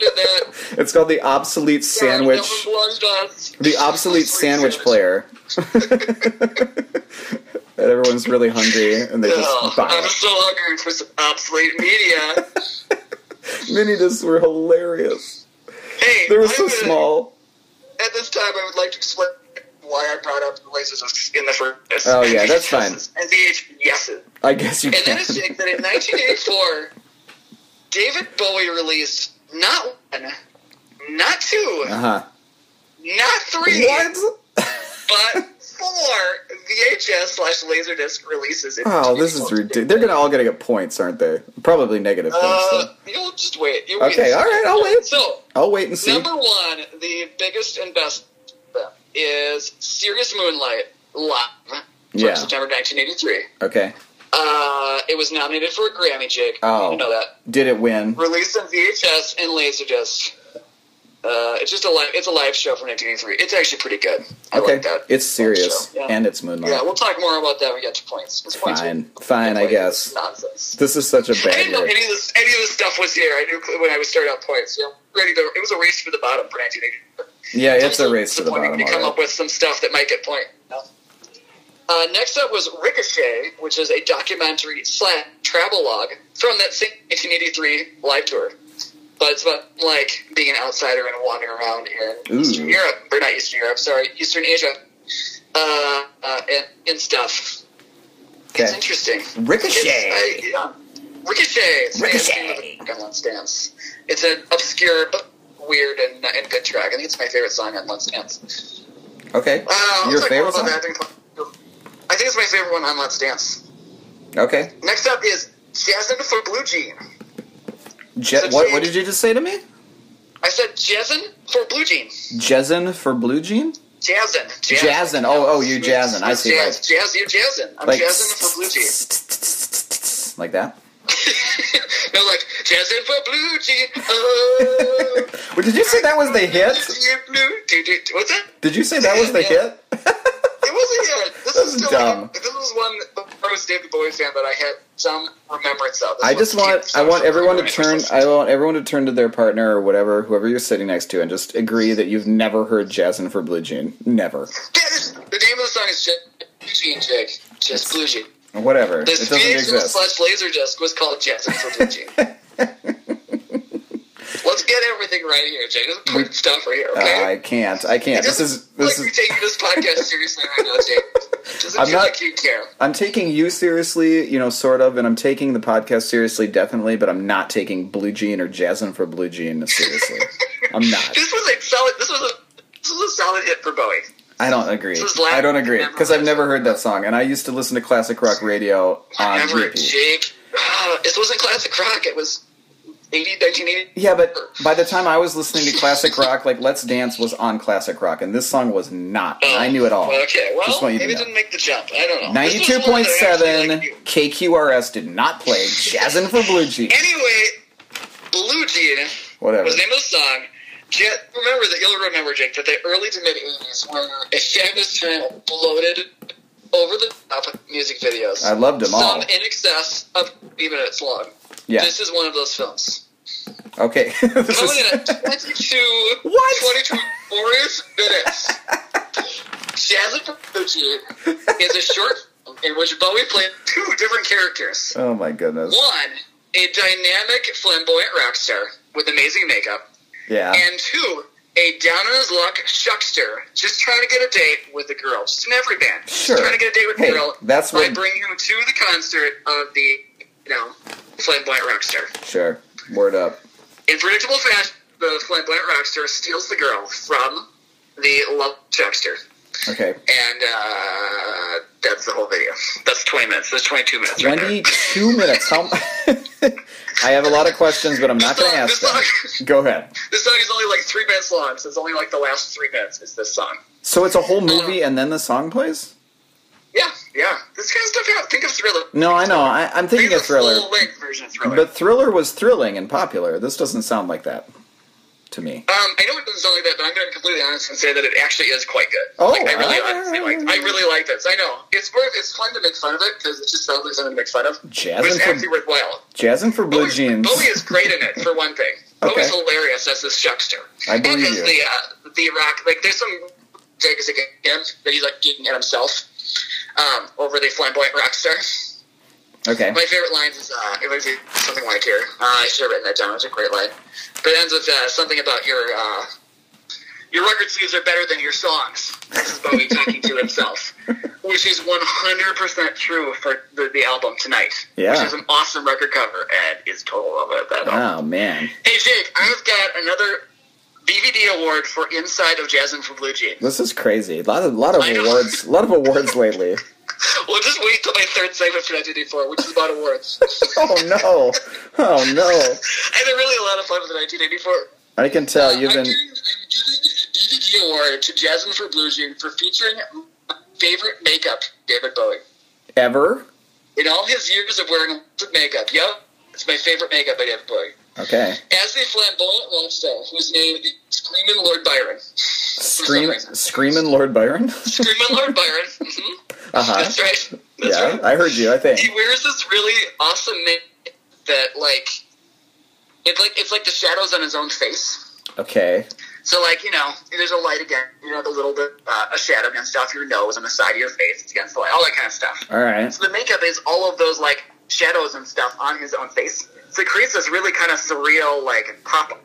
Speaker 3: Did that.
Speaker 2: It's called the obsolete sandwich.
Speaker 3: Yeah, that was one dance.
Speaker 2: The obsolete sandwich player. that everyone's really hungry and they
Speaker 3: Oh,
Speaker 2: just buy
Speaker 3: I'm
Speaker 2: it.
Speaker 3: so hungry for some obsolete media.
Speaker 2: Mini discs were hilarious.
Speaker 3: Hey,
Speaker 2: They were
Speaker 3: I'm
Speaker 2: so
Speaker 3: gonna-
Speaker 2: small.
Speaker 3: At this time, I would like to explain why I brought up lasers in the first. place.
Speaker 2: Oh, yeah, that's fine.
Speaker 3: And VH yeses.
Speaker 2: I guess you
Speaker 3: And
Speaker 2: can.
Speaker 3: that is Jake, that in 1984, David Bowie released not one, not 2
Speaker 2: Uh huh.
Speaker 3: not three,
Speaker 2: What?
Speaker 3: but four VHS slash laserdisc releases. in
Speaker 2: Oh, this is
Speaker 3: 1984.
Speaker 2: ridiculous. They're gonna all gonna get points, aren't they? Probably negative points.
Speaker 3: Uh,
Speaker 2: Though.
Speaker 3: you'll just wait. You
Speaker 2: Okay,
Speaker 3: wait.
Speaker 2: all right, I'll wait.
Speaker 3: So,
Speaker 2: I'll wait and see.
Speaker 3: Number one, the biggest and best is Serious Moonlight Live from
Speaker 2: Yeah.
Speaker 3: September 1983.
Speaker 2: okay.
Speaker 3: Uh, it was nominated for a Grammy, Jake.
Speaker 2: Oh.
Speaker 3: You know that.
Speaker 2: Did it win?
Speaker 3: Released on VHS and Laserdisc. Uh, it's just a live. It's a live show from 1983. It's actually pretty good. I
Speaker 2: Okay.
Speaker 3: like that.
Speaker 2: It's serious
Speaker 3: show, yeah.
Speaker 2: and it's moonlight.
Speaker 3: Yeah, we'll talk more about that when we get to points. It's points
Speaker 2: Fine.
Speaker 3: are-
Speaker 2: Fine, I
Speaker 3: like,
Speaker 2: guess.
Speaker 3: Nonsense.
Speaker 2: This is such a
Speaker 3: I didn't
Speaker 2: bad
Speaker 3: know
Speaker 2: year.
Speaker 3: any of this. Any of this stuff was here. I knew when I was starting out points. You know, ready to. It was a race for the bottom for 1984.
Speaker 2: Yeah, it's a
Speaker 3: also
Speaker 2: race to the
Speaker 3: disappointing
Speaker 2: bottom.
Speaker 3: when You come
Speaker 2: all
Speaker 3: up with some stuff that might get point. Uh, next up was Ricochet, which is a documentary slash travelogue from that same 1983 live tour. But it's about like being an outsider and wandering around in
Speaker 2: Ooh.
Speaker 3: Eastern Europe, or not Eastern Europe, sorry, Eastern Asia, uh, uh, and, and stuff.
Speaker 2: right.
Speaker 3: It's
Speaker 2: Okay.
Speaker 3: interesting.
Speaker 2: Ricochet.
Speaker 3: It's, I, yeah. Ricochet.
Speaker 2: Ricochet.
Speaker 3: Let's Dance. It's an obscure but weird and, uh, and good track. I think it's my favorite song on Let's Dance.
Speaker 2: Okay.
Speaker 3: Uh, let's
Speaker 2: Your
Speaker 3: talk
Speaker 2: favorite
Speaker 3: more
Speaker 2: song?
Speaker 3: about that. I think it's my favorite one on Let's Dance.
Speaker 2: Okay.
Speaker 3: Next up is Jazzin' for Blue Jean.
Speaker 2: Je-
Speaker 3: So
Speaker 2: what,
Speaker 3: Jake-
Speaker 2: what did you just say to me?
Speaker 3: I said Jazzin' for Blue Jean.
Speaker 2: Jazzin for blue jean?
Speaker 3: Jazzin'.
Speaker 2: Jazzin'. Oh, oh, you jazzin'. I see.
Speaker 3: Jazz, jazz, you jazzin'. I'm
Speaker 2: Like,
Speaker 3: jazzin' for Blue Jean.
Speaker 2: like that.
Speaker 3: no, like, jazzin' for Blue Jean. Oh.
Speaker 2: Well, did you say that was the hit?
Speaker 3: Blue, do, do, do. What's that?
Speaker 2: Did you say that was the
Speaker 3: Yeah.
Speaker 2: hit?
Speaker 3: It wasn't yet. This
Speaker 2: That's
Speaker 3: is still
Speaker 2: dumb.
Speaker 3: This was one first David Bowie fan that I had some remembrance of. This
Speaker 2: I
Speaker 3: was
Speaker 2: just want
Speaker 3: deep
Speaker 2: I want
Speaker 3: social
Speaker 2: everyone to turn
Speaker 3: remembrance.
Speaker 2: I want everyone to turn to their partner or whatever, whoever you're sitting next to, and just agree that you've never heard Jazzin for Blue Jean. Never.
Speaker 3: That is- the name of the song is just Blue Jean Jig. Just Blue Jean.
Speaker 2: Whatever.
Speaker 3: This
Speaker 2: it doesn't
Speaker 3: VHS
Speaker 2: exist.
Speaker 3: slash laser disc was called Jazzin' for Blue Jean. Let's get everything right here, Jake. This is important stuff right here,
Speaker 2: Uh,
Speaker 3: okay?
Speaker 2: I can't. I can't. This is
Speaker 3: like
Speaker 2: this
Speaker 3: you're
Speaker 2: is.
Speaker 3: taking this podcast seriously right now, Jake. Doesn't
Speaker 2: I'm
Speaker 3: feel
Speaker 2: not-
Speaker 3: like you care.
Speaker 2: I'm taking you seriously, you know, sort of, and I'm taking the podcast seriously, definitely, but I'm not taking Blue Jean or Jazzin for Blue Jean seriously. I'm not.
Speaker 3: This was a solid. This was a this was a solid hit for Bowie.
Speaker 2: I don't agree.
Speaker 3: This is loud.
Speaker 2: I don't agree
Speaker 3: Never
Speaker 2: because I've
Speaker 3: heard
Speaker 2: never
Speaker 3: it.
Speaker 2: heard that song, and I used to listen to classic rock radio on
Speaker 3: Remember,
Speaker 2: repeat.
Speaker 3: Jake? Ah, this wasn't classic rock. It was 80, 1980.
Speaker 2: Yeah, but by the time I was listening to classic rock, like Let's Dance was on classic rock, and this song was not.
Speaker 3: Oh,
Speaker 2: And I knew it all.
Speaker 3: Well, okay,
Speaker 2: Just
Speaker 3: well,
Speaker 2: want you
Speaker 3: maybe
Speaker 2: to
Speaker 3: it
Speaker 2: know.
Speaker 3: didn't make the jump. I don't know. This
Speaker 2: Ninety-two
Speaker 3: was one
Speaker 2: point
Speaker 3: that I actually
Speaker 2: seven
Speaker 3: liked.
Speaker 2: KQRS did not play Jazzin' for Blue Jean.
Speaker 3: Anyway, Blue Jean
Speaker 2: Whatever.
Speaker 3: was the name of the song. Jet, remember that you'll remember, Jake, that the early to mid 80s were a fabulous time of bloated, over the top music videos.
Speaker 2: I loved them
Speaker 3: Some
Speaker 2: all.
Speaker 3: in excess of three minutes long.
Speaker 2: Yeah.
Speaker 3: This is one of those films.
Speaker 2: Okay. this
Speaker 3: Coming in
Speaker 2: is,
Speaker 3: at 22,
Speaker 2: What?
Speaker 3: 22 glorious minutes. Jazz and Fuji is a short film in which Bowie played two different characters.
Speaker 2: oh my goodness.
Speaker 3: One, a dynamic, flamboyant rock star with amazing makeup,
Speaker 2: Yeah.
Speaker 3: and two, a down on his luck shuckster just trying to get a date with a girl. Just in every band. Just
Speaker 2: Sure.
Speaker 3: trying to get a date with
Speaker 2: Hey,
Speaker 3: a girl.
Speaker 2: that's
Speaker 3: why I
Speaker 2: what-
Speaker 3: bring him to the concert of the, you know, flamboyant rock star.
Speaker 2: Sure. Word up.
Speaker 3: In predictable fashion, the flamboyant rockster steals the girl from the love shuckster.
Speaker 2: Okay.
Speaker 3: And uh, that's the whole video. That's 20 minutes. That's 22 minutes right there.
Speaker 2: Twenty-two minutes. How? I have a lot of questions, but I'm not going to ask them. Go ahead.
Speaker 3: This song is only like three minutes long, so it's only like the last three minutes is this song.
Speaker 2: So it's a whole movie, and then the song plays.
Speaker 3: Yeah, yeah. This kind of stuff, yeah. Think of Thriller.
Speaker 2: No, I know. I, I'm
Speaker 3: Think
Speaker 2: thinking
Speaker 3: of
Speaker 2: of Thriller,
Speaker 3: full length version of Thriller.
Speaker 2: but Thriller was thrilling and popular. This doesn't sound like that to me.
Speaker 3: um, I know it doesn't sound like that, but I'm going to be completely honest and say that it actually is quite good.
Speaker 2: Oh,
Speaker 3: like, I really,
Speaker 2: alright.
Speaker 3: honestly liked, I really like this. I know it's worth. It's fun to make fun of it because it just sounds like something to make fun of.
Speaker 2: Jazz
Speaker 3: but it's
Speaker 2: and from-
Speaker 3: actually worthwhile.
Speaker 2: Jazzin' for Blue
Speaker 3: Bowie,
Speaker 2: Jeans.
Speaker 3: Bowie is great in it for one thing. Bowie's
Speaker 2: Okay.
Speaker 3: hilarious as this shuckster.
Speaker 2: I believe
Speaker 3: and as
Speaker 2: you.
Speaker 3: the uh, the rock like there's some digs against him that he's like digging at himself um, over the flamboyant rock star.
Speaker 2: Okay.
Speaker 3: My favorite lines is uh, it was something like here. Uh, I should have written that down. It's a great line, but it ends with uh, something about your uh, your record sleeves are better than your songs. This is Bowie talking to himself, which is one hundred percent true for the, the album tonight.
Speaker 2: Yeah.
Speaker 3: which is an awesome record cover and is total love of that. album.
Speaker 2: Oh man,
Speaker 3: Hey Jake, I've got another BVD award for Inside of Jasmine for Blue Jean.
Speaker 2: this is crazy. A lot of lot of
Speaker 3: I know.
Speaker 2: awards. A lot of awards lately.
Speaker 3: We'll just wait till my third segment for 1984, which is about awards.
Speaker 2: Oh no. Oh no.
Speaker 3: I had really a lot of fun with the 1984.
Speaker 2: I can tell you've
Speaker 3: I'm
Speaker 2: been.
Speaker 3: giving, I'm giving a DVD award to Jasmine for Blue Jean for featuring my favorite makeup, David Bowie.
Speaker 2: Ever?
Speaker 3: In all his years of wearing makeup, yep, it's my favorite makeup by David Bowie.
Speaker 2: Okay.
Speaker 3: As a flamboyant rock star whose name is Screamin' Lord Byron.
Speaker 2: Scream,
Speaker 3: reason.
Speaker 2: screaming Lord Byron?
Speaker 3: Screamin' Lord Byron. hmm
Speaker 2: Uh huh.
Speaker 3: That's right. That's
Speaker 2: Yeah,
Speaker 3: right.
Speaker 2: I heard you, I
Speaker 3: he
Speaker 2: think.
Speaker 3: wears this really awesome ma- that like it's like it's like the shadows on his own face.
Speaker 2: Okay.
Speaker 3: So like you know, there's a light again. You know, the little bit uh, a shadow against off your nose on the side of your face. It's against the light, all that kind of stuff.
Speaker 2: Alright.
Speaker 3: So the makeup is all of those like shadows and stuff on his own face. So it creates this really kind of surreal like pop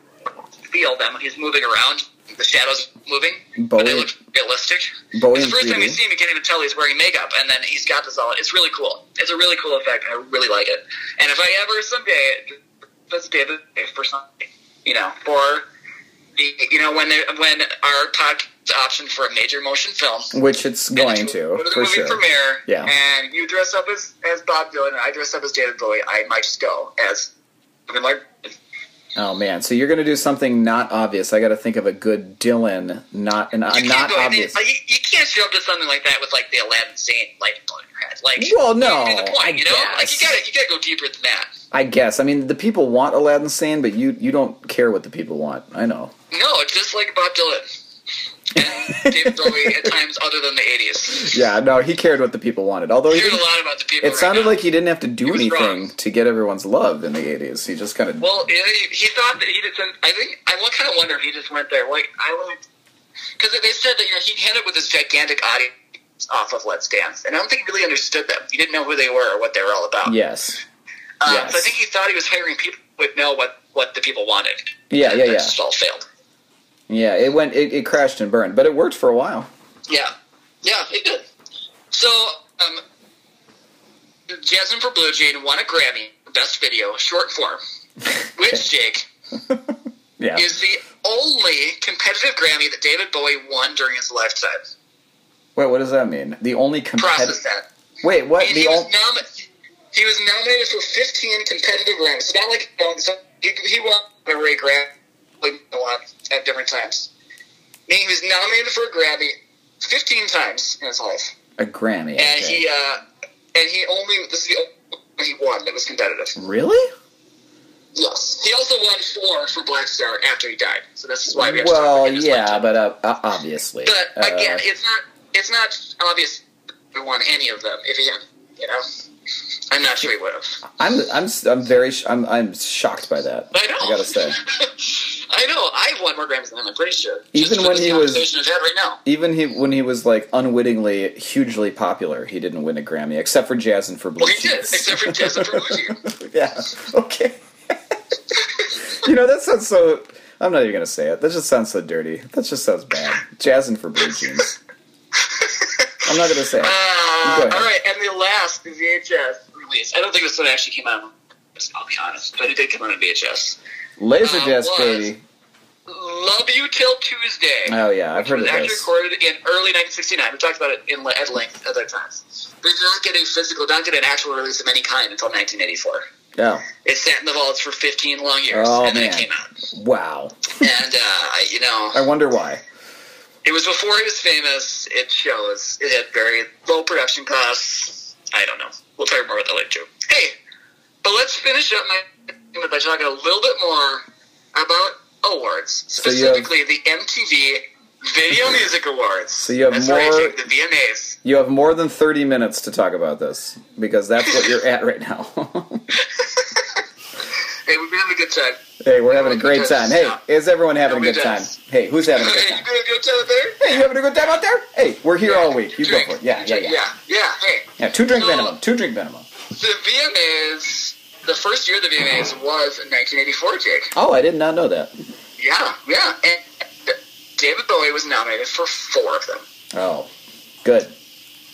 Speaker 3: feel that when he's moving around, the shadows moving, but they
Speaker 2: Bowie-
Speaker 3: look realistic.
Speaker 2: Bowie
Speaker 3: It's
Speaker 2: in
Speaker 3: the first time
Speaker 2: 3D.
Speaker 3: you see him, you can't even tell he's wearing makeup, and then he's got this all. It's really cool. It's a really cool effect. I really like it. And if I ever someday, that's David for something, you know, for the, you know, when they, when our podcast option for a major motion film,
Speaker 2: Which it's
Speaker 3: go
Speaker 2: going to,
Speaker 3: to the
Speaker 2: for
Speaker 3: movie
Speaker 2: sure.
Speaker 3: premiere,
Speaker 2: Yeah.
Speaker 3: and you dress up as as Bob Dylan, and I dress up as David Bowie. I might just go as I mean, like
Speaker 2: Oh man, so you're gonna do something not obvious. I gotta think of a good Dylan, not an
Speaker 3: you
Speaker 2: not
Speaker 3: can't go.
Speaker 2: obvious.
Speaker 3: You, you can't show up to something like that with like the Aladdin scene, like like.
Speaker 2: Well, no,
Speaker 3: to the point,
Speaker 2: I
Speaker 3: you know, like you
Speaker 2: guess.
Speaker 3: gotta you gotta go deeper than that.
Speaker 2: I guess. I mean, the people want Aladdin sand, but you you don't care what the people want. I know.
Speaker 3: No, just like Bob Dylan and David Bowie at times other than the '80s.
Speaker 2: Yeah, no, he cared what the people wanted. Although he
Speaker 3: Here's a
Speaker 2: didn't,
Speaker 3: lot about the people.
Speaker 2: it
Speaker 3: right
Speaker 2: sounded
Speaker 3: now.
Speaker 2: like he didn't have to do
Speaker 3: was
Speaker 2: anything
Speaker 3: wrong.
Speaker 2: to get everyone's love in the 80s. He just kind of
Speaker 3: Well, he, he thought that he just. I think I kind of wonder if he just went there. Like I would, because they said that you know he ended up with this gigantic audience off of Let's Dance, and I don't think he really understood them. He didn't know who they were or what they were all about.
Speaker 2: yes,
Speaker 3: Um,
Speaker 2: yes.
Speaker 3: So I think he thought he was hiring people who would know what what the people wanted.
Speaker 2: yeah,
Speaker 3: And
Speaker 2: yeah,
Speaker 3: that
Speaker 2: yeah.
Speaker 3: Just all failed.
Speaker 2: Yeah, it went. It, it crashed and burned, but it worked for a while.
Speaker 3: Yeah, yeah, it did. So, um, Jasmine for Blue Jean won a Grammy Best Video Short Form, which Jake
Speaker 2: Yeah.
Speaker 3: is the only competitive Grammy that David Bowie won during his lifetime.
Speaker 2: Wait, what does that mean? The only
Speaker 3: Process
Speaker 2: competitive.
Speaker 3: that.
Speaker 2: Wait, what?
Speaker 3: he,
Speaker 2: The
Speaker 3: was
Speaker 2: only.
Speaker 3: nomi- he was nominated for 15 competitive Grammys. It's not like you know, so he, he won a Ray Grammy a lot at different times. Meaning he was nominated for a Grammy 15 times in his life.
Speaker 2: A Grammy.
Speaker 3: and
Speaker 2: okay.
Speaker 3: he uh, and he only this is the only one he won that was competitive.
Speaker 2: Really?
Speaker 3: Yes, he also won four for Black Star after he died, so this is why we. Have
Speaker 2: Well,
Speaker 3: to talk about his
Speaker 2: yeah,
Speaker 3: lifetime.
Speaker 2: but uh, uh, obviously.
Speaker 3: but
Speaker 2: Uh,
Speaker 3: again, it's not it's not obvious he won any of them if he had, you know. I'm not sure he would have.
Speaker 2: I'm I'm I'm very sh- I'm I'm shocked by that.
Speaker 3: I know.
Speaker 2: gotta say,
Speaker 3: I know. I have won more Grammys than him. I'm pretty sure.
Speaker 2: Even
Speaker 3: for
Speaker 2: when
Speaker 3: this
Speaker 2: he was-
Speaker 3: conversation I've had right now.
Speaker 2: even he when he was like unwittingly hugely popular, he didn't win a Grammy except for Jazz and for Blue
Speaker 3: Well, he did,
Speaker 2: Cheese.
Speaker 3: except for Uh, Jazz and Perugee.
Speaker 2: yeah. Okay. you know that sounds so. I'm not even gonna say it. That just sounds so dirty. That just sounds bad. Jazzin' for blue jeans. I'm not gonna say it.
Speaker 3: Uh,
Speaker 2: Go ahead.
Speaker 3: all right, and the last the VHS release. I don't think this one actually came out. on VHS, I'll be honest, but it did come out on VHS.
Speaker 2: Laser
Speaker 3: uh,
Speaker 2: jazz,
Speaker 3: was-
Speaker 2: baby.
Speaker 3: Love You Till Tuesday.
Speaker 2: Oh yeah, I've
Speaker 3: which
Speaker 2: heard of
Speaker 3: was actually
Speaker 2: this.
Speaker 3: recorded in early 1969. We talked about it in, at length other times. But it did not get a physical, did not get an actual release of any kind until 1984.
Speaker 2: Oh
Speaker 3: It sat in the vaults for 15 long years,
Speaker 2: Oh,
Speaker 3: and then
Speaker 2: man.
Speaker 3: it came out.
Speaker 2: wow.
Speaker 3: And uh, you know,
Speaker 2: I wonder why.
Speaker 3: It was before he was famous. It shows. It had very low production costs. I don't know. We'll talk more about that later. Too. Hey, but let's finish up my segment by talking a little bit more about awards,
Speaker 2: So you have-
Speaker 3: specifically the MTV Video Music Awards. So
Speaker 2: you have
Speaker 3: That's where
Speaker 2: more-
Speaker 3: I take the VMAs.
Speaker 2: You have more than 30 minutes to talk about this because that's what you're at right now.
Speaker 3: Hey, we've been having a good time.
Speaker 2: hey, we're having a great time. Hey, is everyone having a
Speaker 3: Nobody
Speaker 2: good time?
Speaker 3: does.
Speaker 2: Hey, who's having a good
Speaker 3: Hey, you
Speaker 2: time?
Speaker 3: doing a good time there?
Speaker 2: Hey, you having a good time out there? Hey, we're here all week. You go
Speaker 3: Drink.
Speaker 2: for it. Yeah, yeah, yeah.
Speaker 3: Yeah, yeah. Hey.
Speaker 2: Yeah, two drink
Speaker 3: So-
Speaker 2: minimum. Two drink minimum.
Speaker 3: The VMAs, the first year of the VMAs was in 1984, Jake.
Speaker 2: Oh, I did not know that.
Speaker 3: Yeah, yeah. And David Bowie was nominated for four of them.
Speaker 2: Oh, good.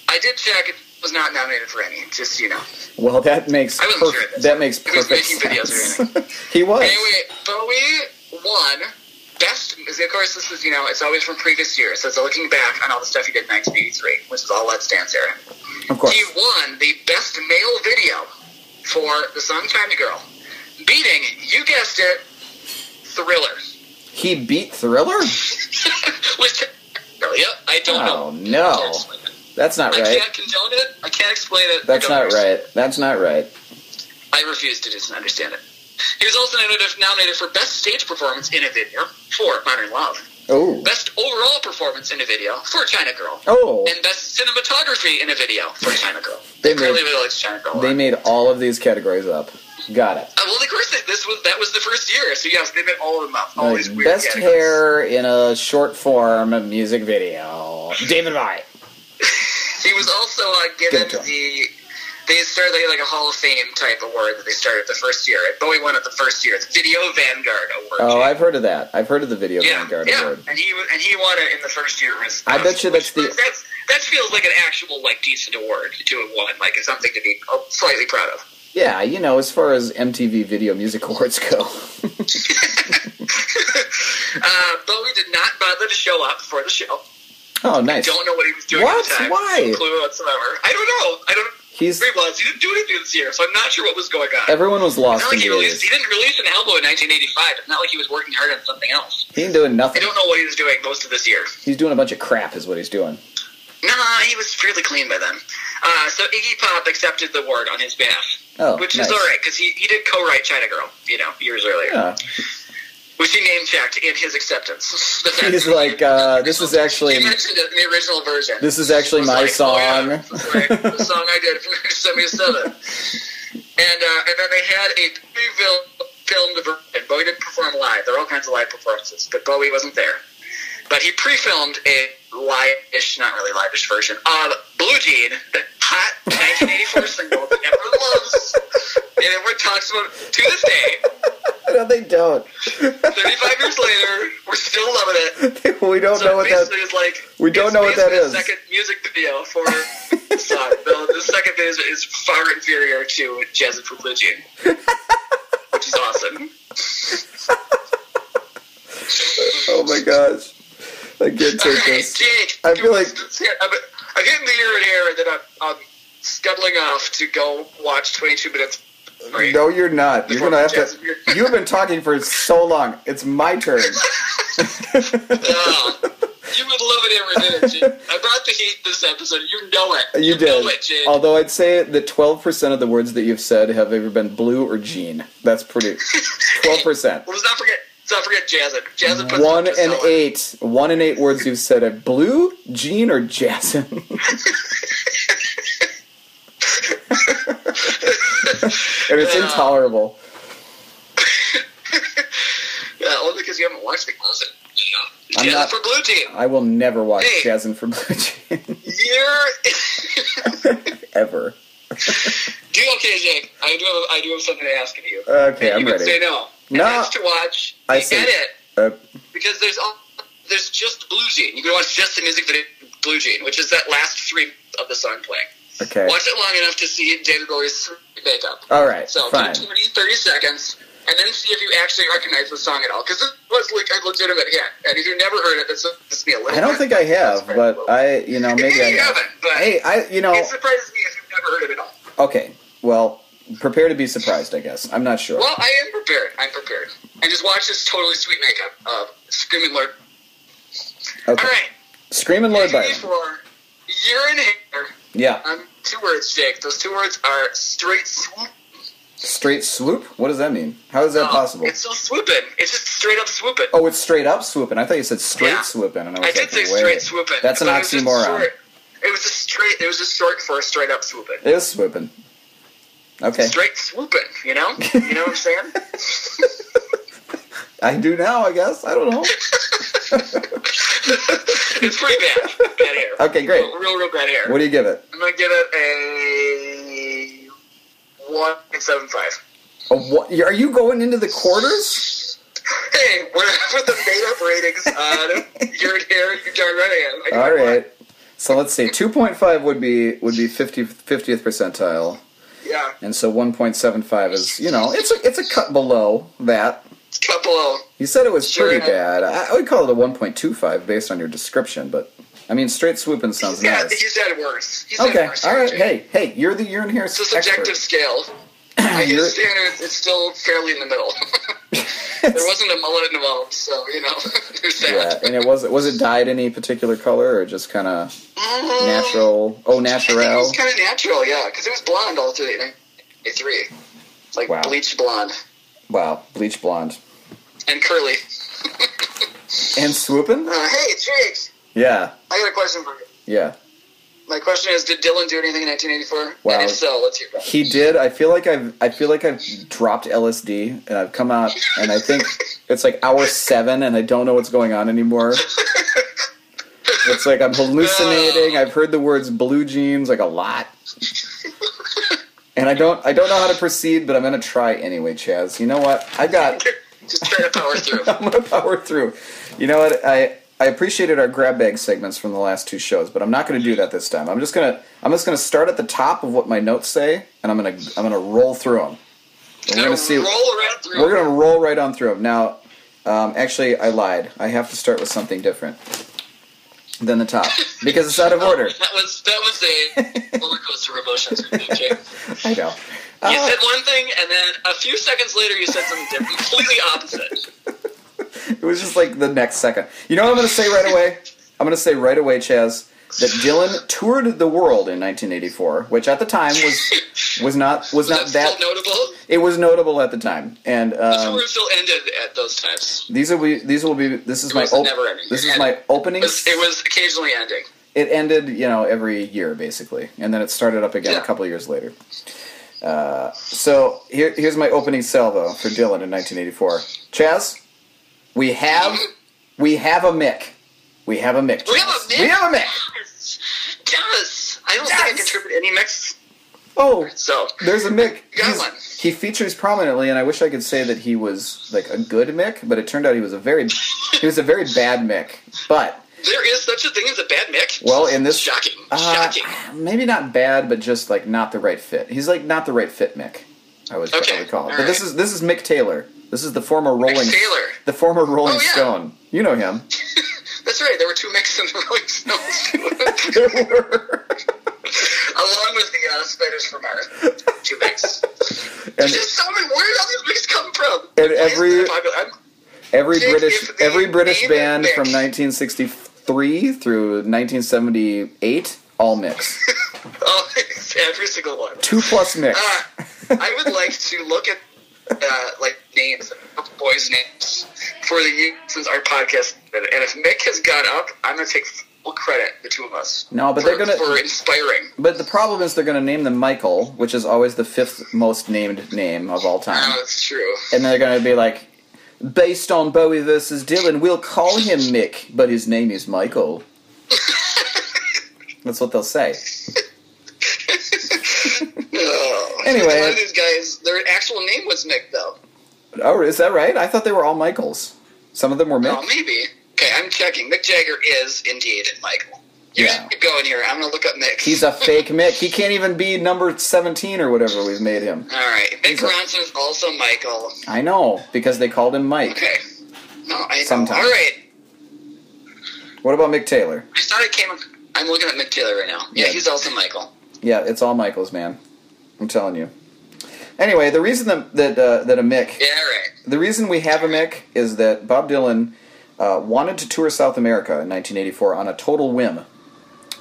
Speaker 3: I did check; it was not nominated for any. Just so you know.
Speaker 2: Well, that makes
Speaker 3: I wasn't
Speaker 2: perf-
Speaker 3: sure of this.
Speaker 2: that makes
Speaker 3: He was
Speaker 2: perfect
Speaker 3: making videos or
Speaker 2: sense. he was.
Speaker 3: Anyway, Bowie won best. Of course, this is you know it's always from previous years, so it's looking back on all the stuff he did in 1983, which is all Let's Dance era.
Speaker 2: of course.
Speaker 3: He won the best male video for the song "Time to Girl," beating you guessed it, Thriller.
Speaker 2: He beat Thriller?
Speaker 3: which, yep, I don't know.
Speaker 2: Oh no. That's not
Speaker 3: I
Speaker 2: right.
Speaker 3: can't condone it. I can't explain it. I
Speaker 2: That's
Speaker 3: don't
Speaker 2: not
Speaker 3: understand
Speaker 2: right. That's not right.
Speaker 3: it. I refuse to just understand it. He was also nominated, nominated for Best Stage Performance in a Video for Modern Love,
Speaker 2: Oh.
Speaker 3: Best Overall Performance in a Video for China Girl,
Speaker 2: Oh.
Speaker 3: and Best Cinematography in a Video for China Girl.
Speaker 2: They
Speaker 3: They clearly
Speaker 2: made-
Speaker 3: really likes China Girl. a
Speaker 2: They
Speaker 3: lot.
Speaker 2: made all of these categories up. Got it.
Speaker 3: Uh, well, of course, they- this was that was the first year, so yes, they made all of them up. All
Speaker 2: Like,
Speaker 3: these weird
Speaker 2: best
Speaker 3: categories.
Speaker 2: hair in a short form music video. David Bowie.
Speaker 3: He was also uh,
Speaker 2: Give
Speaker 3: given
Speaker 2: it to him.
Speaker 3: the. They started like a Hall of Fame type award that they started the first year. And Bowie won it the first year. The Video Vanguard Award.
Speaker 2: Oh, I've heard of that. I've heard of the Video
Speaker 3: yeah,
Speaker 2: Vanguard
Speaker 3: yeah.
Speaker 2: Award.
Speaker 3: And he and he won it in the first year. Was,
Speaker 2: I bet you that's the-
Speaker 3: which- that's that feels like an actual like decent award to have won. Like it's something to be uh, slightly proud of.
Speaker 2: Yeah, you know, as far as MTV Video Music Awards go.
Speaker 3: Uh, Bowie did not bother to show up for the show.
Speaker 2: oh, nice.
Speaker 3: Don't know what he was doing
Speaker 2: What?
Speaker 3: at the time.
Speaker 2: Why?
Speaker 3: No clue whatsoever. I don't know. I don't.
Speaker 2: He's
Speaker 3: He was. He didn't do anything this year, so I'm not sure what was going on.
Speaker 2: everyone was
Speaker 3: It's
Speaker 2: lost
Speaker 3: not
Speaker 2: in
Speaker 3: like he
Speaker 2: the
Speaker 3: released. He
Speaker 2: 80s.
Speaker 3: didn't release an album in 1985. It's not like he was working hard on something else.
Speaker 2: He ain't doing
Speaker 3: I
Speaker 2: nothing.
Speaker 3: don't know what he was doing most of this year.
Speaker 2: He's doing a bunch of crap, is what he's doing.
Speaker 3: Nah, he was fairly clean by then. Uh, so Iggy Pop accepted the award on his behalf,
Speaker 2: Oh,
Speaker 3: which
Speaker 2: nice.
Speaker 3: is all right because he, he did co-write China Girl, you know, years earlier,
Speaker 2: Yeah.
Speaker 3: which he name checked in his acceptance. The fact
Speaker 2: He's
Speaker 3: that
Speaker 2: like, uh, this is actually
Speaker 3: he mentioned it in the original version.
Speaker 2: this is actually
Speaker 3: was
Speaker 2: my
Speaker 3: like,
Speaker 2: song.
Speaker 3: oh, yeah, this is like the song I did from 77. And, uh, and then they had a pre-film filmed version. Bowie didn't perform live. There are all kinds of live performances, but Bowie wasn't there. But he pre-filmed a live-ish, not really live-ish version of Blue Jean, the hot 1984 single that everyone loves. And everyone talks about to this day.
Speaker 2: no, they don't.
Speaker 3: 35 years later, we're still loving it.
Speaker 2: we don't
Speaker 3: So
Speaker 2: know what that.
Speaker 3: basically, it's like
Speaker 2: we don't
Speaker 3: it's
Speaker 2: know what that
Speaker 3: basically the
Speaker 2: is.
Speaker 3: Second music video for the song. The, the second video is, is far inferior to Jazz and Religion, which is awesome.
Speaker 2: Oh my gosh, I can't
Speaker 3: All
Speaker 2: take
Speaker 3: right,
Speaker 2: this.
Speaker 3: Jake,
Speaker 2: I feel like-
Speaker 3: I'm, I'm hitting the ear and hair, and then I'm, I'm scuttling off to go watch 22 minutes. Right.
Speaker 2: No, you're not. You're gonna have
Speaker 3: Jazz-
Speaker 2: to. You've been talking for so long. It's my turn.
Speaker 3: Ah, you would love it every minute, Jake. I brought the heat this episode. You know it.
Speaker 2: You
Speaker 3: know
Speaker 2: did.
Speaker 3: it, Jake.
Speaker 2: Although I'd say that 12% of the words that you've said have either been blue or jean. That's pretty. 12%.
Speaker 3: Let's not forget. Let's not forget Jazzin. Jazzin puts
Speaker 2: one
Speaker 3: up a
Speaker 2: and
Speaker 3: solid-
Speaker 2: eight. One and eight words you've said are blue, jean, or jazzin. and it's intolerable.
Speaker 3: Yeah, only because you haven't watched the closet. You know,
Speaker 2: I'm
Speaker 3: Jazz
Speaker 2: not-
Speaker 3: for blue team.
Speaker 2: I will never watch
Speaker 3: Hey.
Speaker 2: Jasmine from Blue Jean
Speaker 3: You're
Speaker 2: ever.
Speaker 3: do you- okay, Jake. I do. Have, I do have something to ask of you.
Speaker 2: Okay,
Speaker 3: you
Speaker 2: I'm
Speaker 3: can
Speaker 2: ready.
Speaker 3: Say no. And
Speaker 2: No.
Speaker 3: That's to watch.
Speaker 2: I
Speaker 3: the
Speaker 2: see.
Speaker 3: edit
Speaker 2: Uh,
Speaker 3: because there's all, there's just Blue Jean. You can watch just the music video Blue Jean, which is that last three of the song playing.
Speaker 2: okay.
Speaker 3: Watch it long enough to see David Bowie's makeup.
Speaker 2: All right.
Speaker 3: So
Speaker 2: fine.
Speaker 3: 20, 30 seconds, and then see if you actually recognize the song at all. Because this was like a legitimate hit, and if you've never heard it, that's just me a little.
Speaker 2: I don't
Speaker 3: bit.
Speaker 2: think I have,
Speaker 3: That's
Speaker 2: but
Speaker 3: right.
Speaker 2: I, you know, maybe
Speaker 3: yeah,
Speaker 2: I
Speaker 3: you
Speaker 2: have.
Speaker 3: haven't. But
Speaker 2: Hey, I, you know,
Speaker 3: it surprises me if you've never heard it at all.
Speaker 2: okay. Well, prepare to be surprised. I guess I'm not sure.
Speaker 3: Well, I am prepared. I'm prepared. And just watch this totally sweet makeup of Screaming Lord.
Speaker 2: Okay.
Speaker 3: All right,
Speaker 2: Screaming Lord Byron.
Speaker 3: 1984, You're in here.
Speaker 2: Yeah.
Speaker 3: Um, two words, Jake. Those two words are straight swoop.
Speaker 2: Straight swoop. What does that mean? How is that
Speaker 3: up.
Speaker 2: possible?
Speaker 3: Oh, It's so swooping. It's just straight up swooping.
Speaker 2: Oh, it's straight up swooping. I thought you said straight
Speaker 3: Yeah.
Speaker 2: swooping, and I was
Speaker 3: I did
Speaker 2: like,
Speaker 3: say
Speaker 2: wait,
Speaker 3: straight swooping.
Speaker 2: that's an
Speaker 3: but it was just
Speaker 2: oxymoron.
Speaker 3: short- It was just straight. It was just short for straight up swooping.
Speaker 2: It is swooping. Okay,
Speaker 3: Straight swooping. You know. you know what I'm saying?
Speaker 2: I do now. I guess I don't know.
Speaker 3: it's pretty bad. Bad hair.
Speaker 2: Okay, great.
Speaker 3: Real, real, real bad hair.
Speaker 2: What do you give it?
Speaker 3: I'm gonna give it a one seven five.
Speaker 2: A what? Are you going into the quarters?
Speaker 3: Hey, whatever the made up ratings on your hair, you darn right I am. I
Speaker 2: All
Speaker 3: give it one.
Speaker 2: right. So let's see. Two point five would be would be 50, 50th percentile,
Speaker 3: Yeah.
Speaker 2: and so one point seven five is you know it's a it's a cut below that.
Speaker 3: Couple of
Speaker 2: You said it was
Speaker 3: Sure
Speaker 2: pretty
Speaker 3: enough.
Speaker 2: bad. I, I would call it a one point two five based on your description, but I mean straight swooping sounds
Speaker 3: Yeah,
Speaker 2: nice.
Speaker 3: he's had worse. He's had
Speaker 2: Okay.
Speaker 3: worse.
Speaker 2: All right.
Speaker 3: Jake.
Speaker 2: Hey, hey, you're the you're in here.
Speaker 3: It's a subjective scale. By
Speaker 2: You're-
Speaker 3: his standards, it's still fairly in the middle. there wasn't a mullet involved, so you know, there's
Speaker 2: Yeah,
Speaker 3: that.
Speaker 2: and it was was it dyed any particular color or just kind of natural? Oh,
Speaker 3: Mm-hmm. I think it
Speaker 2: natural.
Speaker 3: was kind of natural, yeah, because it was blonde all through the '83, like
Speaker 2: Wow.
Speaker 3: bleached blonde
Speaker 2: Wow, bleach blonde
Speaker 3: and curly.
Speaker 2: and swooping.
Speaker 3: Uh, hey, Jake,
Speaker 2: Yeah,
Speaker 3: I got a question for you.
Speaker 2: yeah.
Speaker 3: My question is, did Dylan do anything in 1984?
Speaker 2: Wow.
Speaker 3: And if so, let's hear about it.
Speaker 2: He did. I feel like I've I feel like I've dropped LSD and I've come out and I think it's like hour seven and I don't know what's going on anymore. It's like I'm hallucinating. I've heard the words blue jeans like a lot. And I don't I don't know how to proceed, but I'm gonna try anyway, Chaz. You know what? I got
Speaker 3: Just try to power through.
Speaker 2: I'm gonna power through. You know what? I I appreciated our grab bag segments from the last two shows, but I'm not gonna do that this time. I'm just gonna I'm just gonna start at the top of what my notes say, and I'm gonna I'm gonna roll through them. And we're
Speaker 3: Now
Speaker 2: gonna see.
Speaker 3: roll right through.
Speaker 2: We're gonna roll right on through them. Now, um, actually, I lied. I have to start with something different than the top because it's out of order.
Speaker 3: That was that was a roller coaster of emotions. Jake.
Speaker 2: I know.
Speaker 3: You
Speaker 2: Uh,
Speaker 3: said one thing, and then a few seconds later, you said something different, completely opposite.
Speaker 2: It was just like the next second. You know what I'm going to say right away? I'm going to say right away, Chaz, that Dylan toured the world in 1984, which at the time was was not was not
Speaker 3: That's
Speaker 2: that
Speaker 3: still notable.
Speaker 2: it was notable at the time. And
Speaker 3: The
Speaker 2: um,
Speaker 3: tour still ended at those times.
Speaker 2: these will be these will be this is my
Speaker 3: was
Speaker 2: op-
Speaker 3: never ending.
Speaker 2: this
Speaker 3: It
Speaker 2: is my
Speaker 3: It
Speaker 2: opening.
Speaker 3: was, it was occasionally ending.
Speaker 2: It ended, you know, every year basically, and then it started up again
Speaker 3: Yeah.
Speaker 2: a couple years later. Uh, so here, here's my opening salvo for Dylan in 1984. Chaz, we have we have a Mick. We have a Mick.
Speaker 3: We have
Speaker 2: Chaz.
Speaker 3: a Mick?
Speaker 2: We have a Mick.
Speaker 3: Yes, yes. I don't think I
Speaker 2: Yes.
Speaker 3: contribute any mix.
Speaker 2: Oh,
Speaker 3: So
Speaker 2: there's a Mick.
Speaker 3: Got
Speaker 2: He's-
Speaker 3: one.
Speaker 2: He features prominently, and I wish I could say that he was like a good Mick, but it turned out he was a very he was a very bad Mick. But
Speaker 3: there is such a thing as a bad mix.
Speaker 2: Well, in this-
Speaker 3: shocking,
Speaker 2: Uh,
Speaker 3: shocking.
Speaker 2: Maybe not bad, but just like not the right fit. He's like not the right fit, Mick. I would,
Speaker 3: Okay,
Speaker 2: I would call it.
Speaker 3: all
Speaker 2: But this
Speaker 3: right.
Speaker 2: is this is Mick Taylor. This is the former Rolling
Speaker 3: Taylor.
Speaker 2: the former Rolling
Speaker 3: Oh, yeah.
Speaker 2: Stone. You know him.
Speaker 3: That's right. There were two mixes in the Rolling Stones,
Speaker 2: There were.
Speaker 3: along with the uh, Spiders from Mars. Two mixes.
Speaker 2: and
Speaker 3: Just so many. Where did all these mixes come from?
Speaker 2: And
Speaker 3: Why is
Speaker 2: every-
Speaker 3: that popular? I'm-
Speaker 2: every
Speaker 3: Jake,
Speaker 2: British
Speaker 3: if they
Speaker 2: every British
Speaker 3: name it
Speaker 2: band
Speaker 3: Mick.
Speaker 2: from 1963 through 1978 all mix.
Speaker 3: Oh, every single one.
Speaker 2: Two plus mix.
Speaker 3: Uh, I would like to look at uh, like names, boys' names for the year since our podcast, started. and if Mick has gone up, I'm gonna take will credit the two of us.
Speaker 2: No, but
Speaker 3: for,
Speaker 2: they're gonna-
Speaker 3: for inspiring.
Speaker 2: But the problem is they're going to name them Michael, which is always the fifth most named name of all
Speaker 3: No,
Speaker 2: time.
Speaker 3: Uh, that's true.
Speaker 2: And they're going to be like, based on Bowie versus Dylan, we'll call him Mick, but his name is Michael. That's what they'll say.
Speaker 3: Oh.
Speaker 2: Anyway.
Speaker 3: a lot of these guys, their actual name was Mick, though.
Speaker 2: Oh, is that right? I thought they were all Michaels. Some of them were
Speaker 3: Oh,
Speaker 2: Mick.
Speaker 3: maybe. Okay, I'm checking. Mick Jagger is indeed Michael. You
Speaker 2: Yeah.
Speaker 3: keep going here. I'm gonna look up Mick.
Speaker 2: He's a fake Mick. He can't even be number 17 or whatever we've made him.
Speaker 3: All right. Mick
Speaker 2: a-
Speaker 3: Ronson is also Michael.
Speaker 2: I know, because they called him Mike.
Speaker 3: Okay. No, I
Speaker 2: Sometimes.
Speaker 3: All right.
Speaker 2: What about Mick Taylor?
Speaker 3: I thought it came. I'm looking at Mick Taylor right now. Yeah,
Speaker 2: Yeah.
Speaker 3: he's also Michael.
Speaker 2: Yeah, it's all Michaels, man. I'm telling you. Anyway, the reason that that, uh, that a Mick,
Speaker 3: Yeah, all right.
Speaker 2: the reason we have a Mick is that Bob Dylan uh, wanted to tour South America in 1984 on a total whim,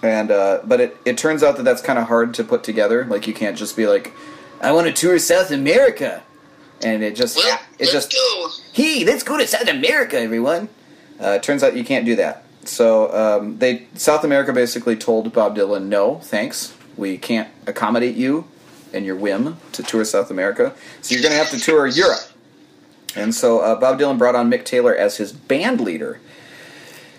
Speaker 2: and uh, but it it turns out that that's kind of hard to put together. Like you can't just be like, I want to tour South America, and it just
Speaker 3: Well, let's
Speaker 2: it just
Speaker 3: go.
Speaker 2: hey, let's go to South America, everyone. Uh, it turns out you can't do that. So um, they South America basically told Bob Dylan, no, thanks, we can't accommodate you and your whim to tour South America. So you're going to have to tour Europe. And so uh, Bob Dylan brought on Mick Taylor as his band leader.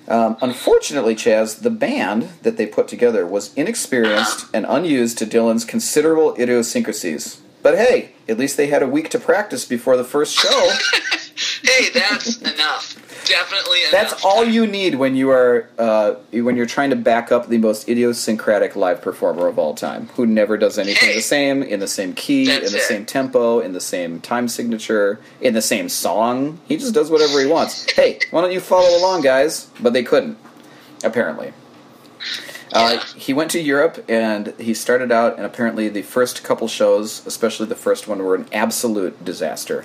Speaker 2: Um, unfortunately, Chaz, the band that they put together was inexperienced and unused to Dylan's considerable idiosyncrasies. But hey, at least they had a week to practice before the first show.
Speaker 3: Hey, that's enough. Definitely enough.
Speaker 2: That's all you need when you are uh, when you're trying to back up the most idiosyncratic live performer of all time, who never does anything
Speaker 3: Hey.
Speaker 2: the same in the same key,
Speaker 3: That's
Speaker 2: in the
Speaker 3: it.
Speaker 2: same tempo, in the same time signature, in the same song. He just does whatever he wants. hey, why don't you follow along, guys? But they couldn't, apparently. Uh, he went to Europe and he started out, and apparently the first couple shows, especially the first one, were an absolute disaster.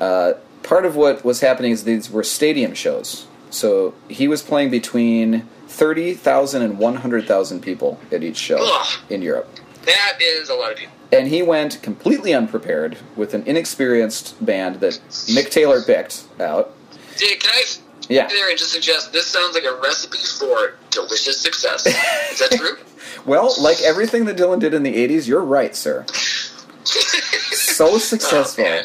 Speaker 2: Uh, part of what was happening is these were stadium shows. So he was playing between 30,000 and 100,000 people at each show
Speaker 3: Ugh.
Speaker 2: in Europe.
Speaker 3: That is a lot of people.
Speaker 2: And he went completely unprepared with an inexperienced band that Mick Taylor picked out.
Speaker 3: Dude, can I s-
Speaker 2: Yeah.
Speaker 3: there and just suggest this sounds like a recipe for delicious success? Is that true?
Speaker 2: Well, like everything that Dylan did in the 80s, you're right, sir. so successful.
Speaker 3: man.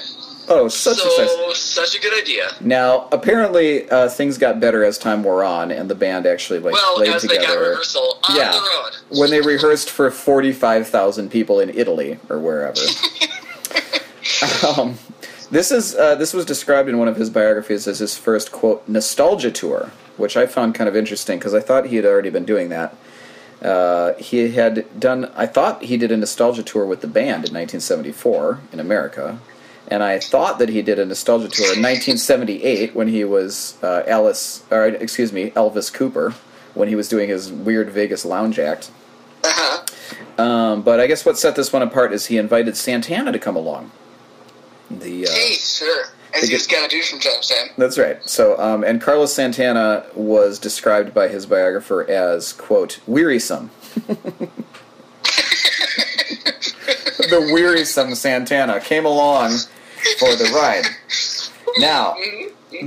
Speaker 2: Oh, such success.
Speaker 3: so, such a good idea.
Speaker 2: Now, apparently, uh, things got better as time wore on, and the band actually like
Speaker 3: Well,
Speaker 2: played
Speaker 3: as they got
Speaker 2: together.
Speaker 3: rehearsal on
Speaker 2: yeah,
Speaker 3: the road.
Speaker 2: when they rehearsed for forty-five thousand people in Italy or wherever. um, this is uh, this was described in one of his biographies as his first quote nostalgia tour, which I found kind of interesting because I thought he had already been doing that. Uh, he had done. I thought he did a nostalgia tour with the band in 1974 in America, and I thought that he did a nostalgia tour in 1978 when he was uh, Alice, or excuse me, Elvis Cooper, when he was doing his weird Vegas lounge act.
Speaker 3: Uh-huh.
Speaker 2: Um, but I guess what set this one apart is he invited Santana to come along. The uh,
Speaker 3: Hey, sure. As you
Speaker 2: get-
Speaker 3: just gotta do from time to time.
Speaker 2: That's right. So, um, and Carlos Santana was described by his biographer as "quote wearisome." the wearisome Santana came along for the ride. Now,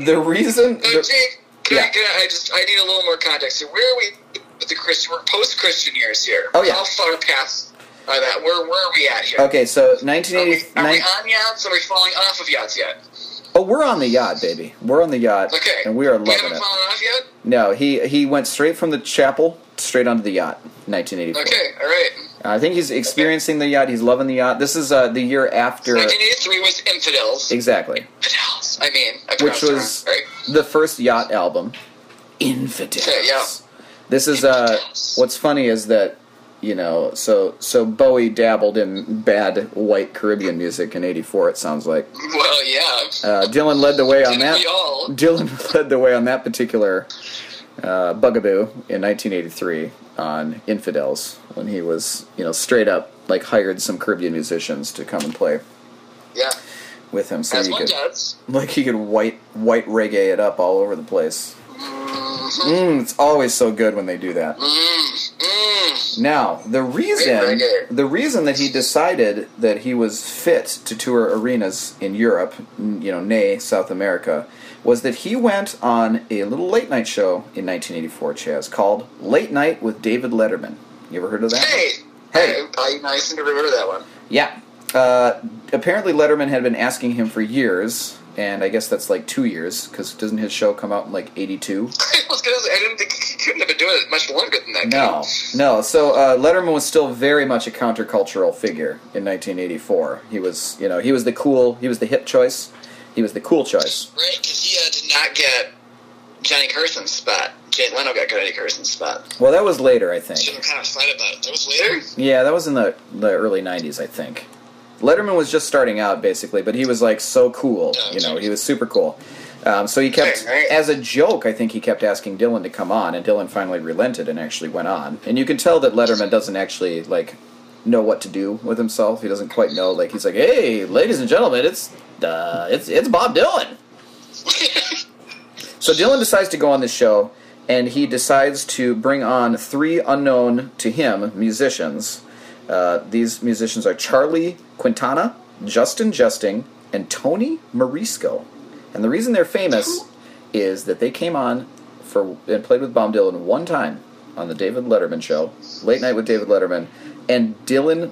Speaker 2: the reason
Speaker 3: So, Jake, can I,
Speaker 2: yeah.
Speaker 3: can I, I just I need a little more context here. Where are we with the Christian? We're post-Christian years here.
Speaker 2: Oh, yeah.
Speaker 3: How far past uh, that? Where where are we at here?
Speaker 2: okay, so
Speaker 3: Are we,
Speaker 2: 1980.
Speaker 3: are we
Speaker 2: nine-
Speaker 3: on yachts? Are we falling off of yachts yet?
Speaker 2: oh, we're on the yacht, baby. We're on the yacht,
Speaker 3: Okay.
Speaker 2: and we are
Speaker 3: We
Speaker 2: loving
Speaker 3: haven't
Speaker 2: it.
Speaker 3: fallen off yet.
Speaker 2: No, he he went straight from the chapel straight onto the yacht. 1984.
Speaker 3: Okay. All right.
Speaker 2: I think he's experiencing the yacht. He's loving the yacht. This is uh, the year after.
Speaker 3: 1983 was Infidels.
Speaker 2: Exactly.
Speaker 3: Infidels. I mean, I
Speaker 2: Which
Speaker 3: pronounced it
Speaker 2: was
Speaker 3: wrong, right?
Speaker 2: the first yacht album, Infidels.
Speaker 3: Okay, yeah.
Speaker 2: This is uh,
Speaker 3: Infidels.
Speaker 2: what's funny is that you know, so so Bowie dabbled in bad white Caribbean music in '84. It sounds like
Speaker 3: Well, yeah.
Speaker 2: uh, Dylan led the way on
Speaker 3: Didn't
Speaker 2: that.
Speaker 3: we all?
Speaker 2: Dylan led the way on that particular uh, bugaboo in 1983 on Infidels when he was you know straight up like hired some Caribbean musicians to come and play
Speaker 3: Yeah.
Speaker 2: with him so
Speaker 3: As
Speaker 2: he
Speaker 3: one
Speaker 2: could
Speaker 3: does.
Speaker 2: like he could white white reggae it up all over the place. Mm, it's always so good when they do that.
Speaker 3: Mm,
Speaker 2: Now, the reason
Speaker 3: Great reggae.
Speaker 2: the reason that he decided that he was fit to tour arenas in Europe, n- you know, nay South America, was that he went on a little late night show in 1984, Chaz, called Late Night with David Letterman. You ever heard of that? one?
Speaker 3: Hey,
Speaker 2: Hey.
Speaker 3: I, I nice to remember that one.
Speaker 2: Yeah. Uh, apparently, Letterman had been asking him for years, and I guess that's like two years because doesn't his show come out in like '82?
Speaker 3: I was gonna say, I didn't think he couldn't have been doing it much longer than that.
Speaker 2: No, no. So uh, Letterman was still very much a countercultural figure in 1984. He was, you know, he was the cool, he was the hip choice, he was the cool choice.
Speaker 3: Right, because he uh, did not get Johnny Carson's spot. Jay Leno got Johnny Carson's spot.
Speaker 2: Well, that was later, I
Speaker 3: She
Speaker 2: think.
Speaker 3: was kind of upset about it. That was later?
Speaker 2: Yeah, that was in the the early 90s, I think. Letterman was just starting out, basically, but he was like so cool, you know, he was super cool. Um, so he kept,
Speaker 3: Right, right.
Speaker 2: as a joke, I think he kept asking Dylan to come on, and Dylan finally relented and actually went on. And you can tell that Letterman doesn't actually like know what to do with himself. He doesn't quite know. Like he's like, "Hey, ladies and gentlemen, it's uh, it's it's Bob Dylan." So Dylan decides to go on this show, and he decides to bring on three unknown to him musicians. Uh, these musicians are Charlie Quintana, Justin Justing, and Tony Morisco. And the reason they're famous is that they came on for and played with Bob Dylan one time on the David Letterman show, Late Night with David Letterman, and Dylan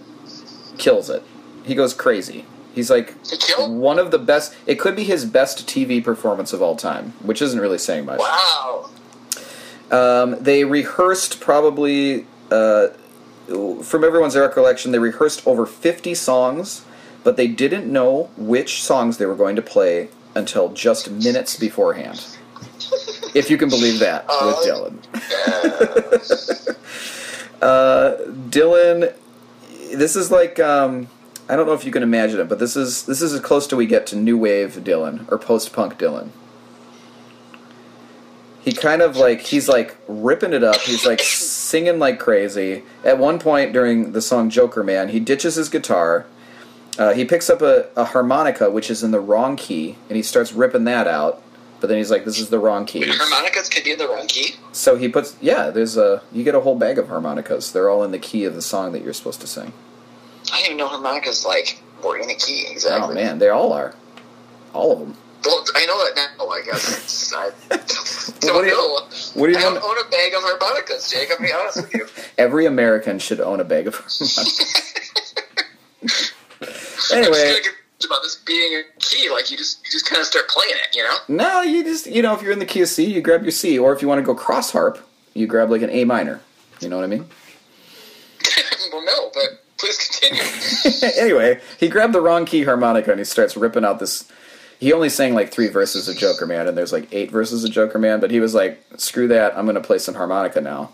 Speaker 2: kills it. He goes crazy. He's like
Speaker 3: He killed?
Speaker 2: one of the best. It could be his best TV performance of all time, which isn't really saying much.
Speaker 3: Wow.
Speaker 2: Um, they rehearsed probably, uh, from everyone's recollection, they rehearsed over 50 songs, but they didn't know which songs they were going to play until just minutes beforehand. if you can believe that with
Speaker 3: Oh.
Speaker 2: Dylan. Dylan, this is like um, I don't know if you can imagine it, but this is this is as close to we get to new wave Dylan or post punk Dylan. He kind of like he's like ripping it up. He's like singing like crazy. At one point during the song Joker Man, he ditches his guitar. Uh, he picks up a, a harmonica which is in the wrong key, and he starts ripping that out. But then he's like, "This is the wrong key."
Speaker 3: Harmonicas could be in the wrong key.
Speaker 2: So he puts, yeah, there's a, you get a whole bag of harmonicas. They're all in the key of the song that you're supposed to sing.
Speaker 3: I didn't even know harmonicas, like, were in a key, exactly.
Speaker 2: Oh man, they all are. All of them.
Speaker 3: Well, I know that now, I guess. It's- I don't
Speaker 2: What do you-
Speaker 3: know.
Speaker 2: what do you
Speaker 3: I don't
Speaker 2: want-
Speaker 3: own a bag of harmonicas, Jake, I'll be honest with you.
Speaker 2: Every American should own a bag of harmonicas. anyway,
Speaker 3: I'm just gonna get about this being a key, like, you just, you just kind of start playing it, you know?
Speaker 2: no, you just, you know, if you're in the key of C, you grab your C, or if you want to go cross harp, you grab like an A minor. You know what I mean?
Speaker 3: well, no, but please continue.
Speaker 2: anyway, he grabbed the wrong key harmonica and he starts ripping out this. He only sang like three verses of Joker Man, and there's like eight verses of Joker Man, but he was like, screw that, I'm gonna play some harmonica now.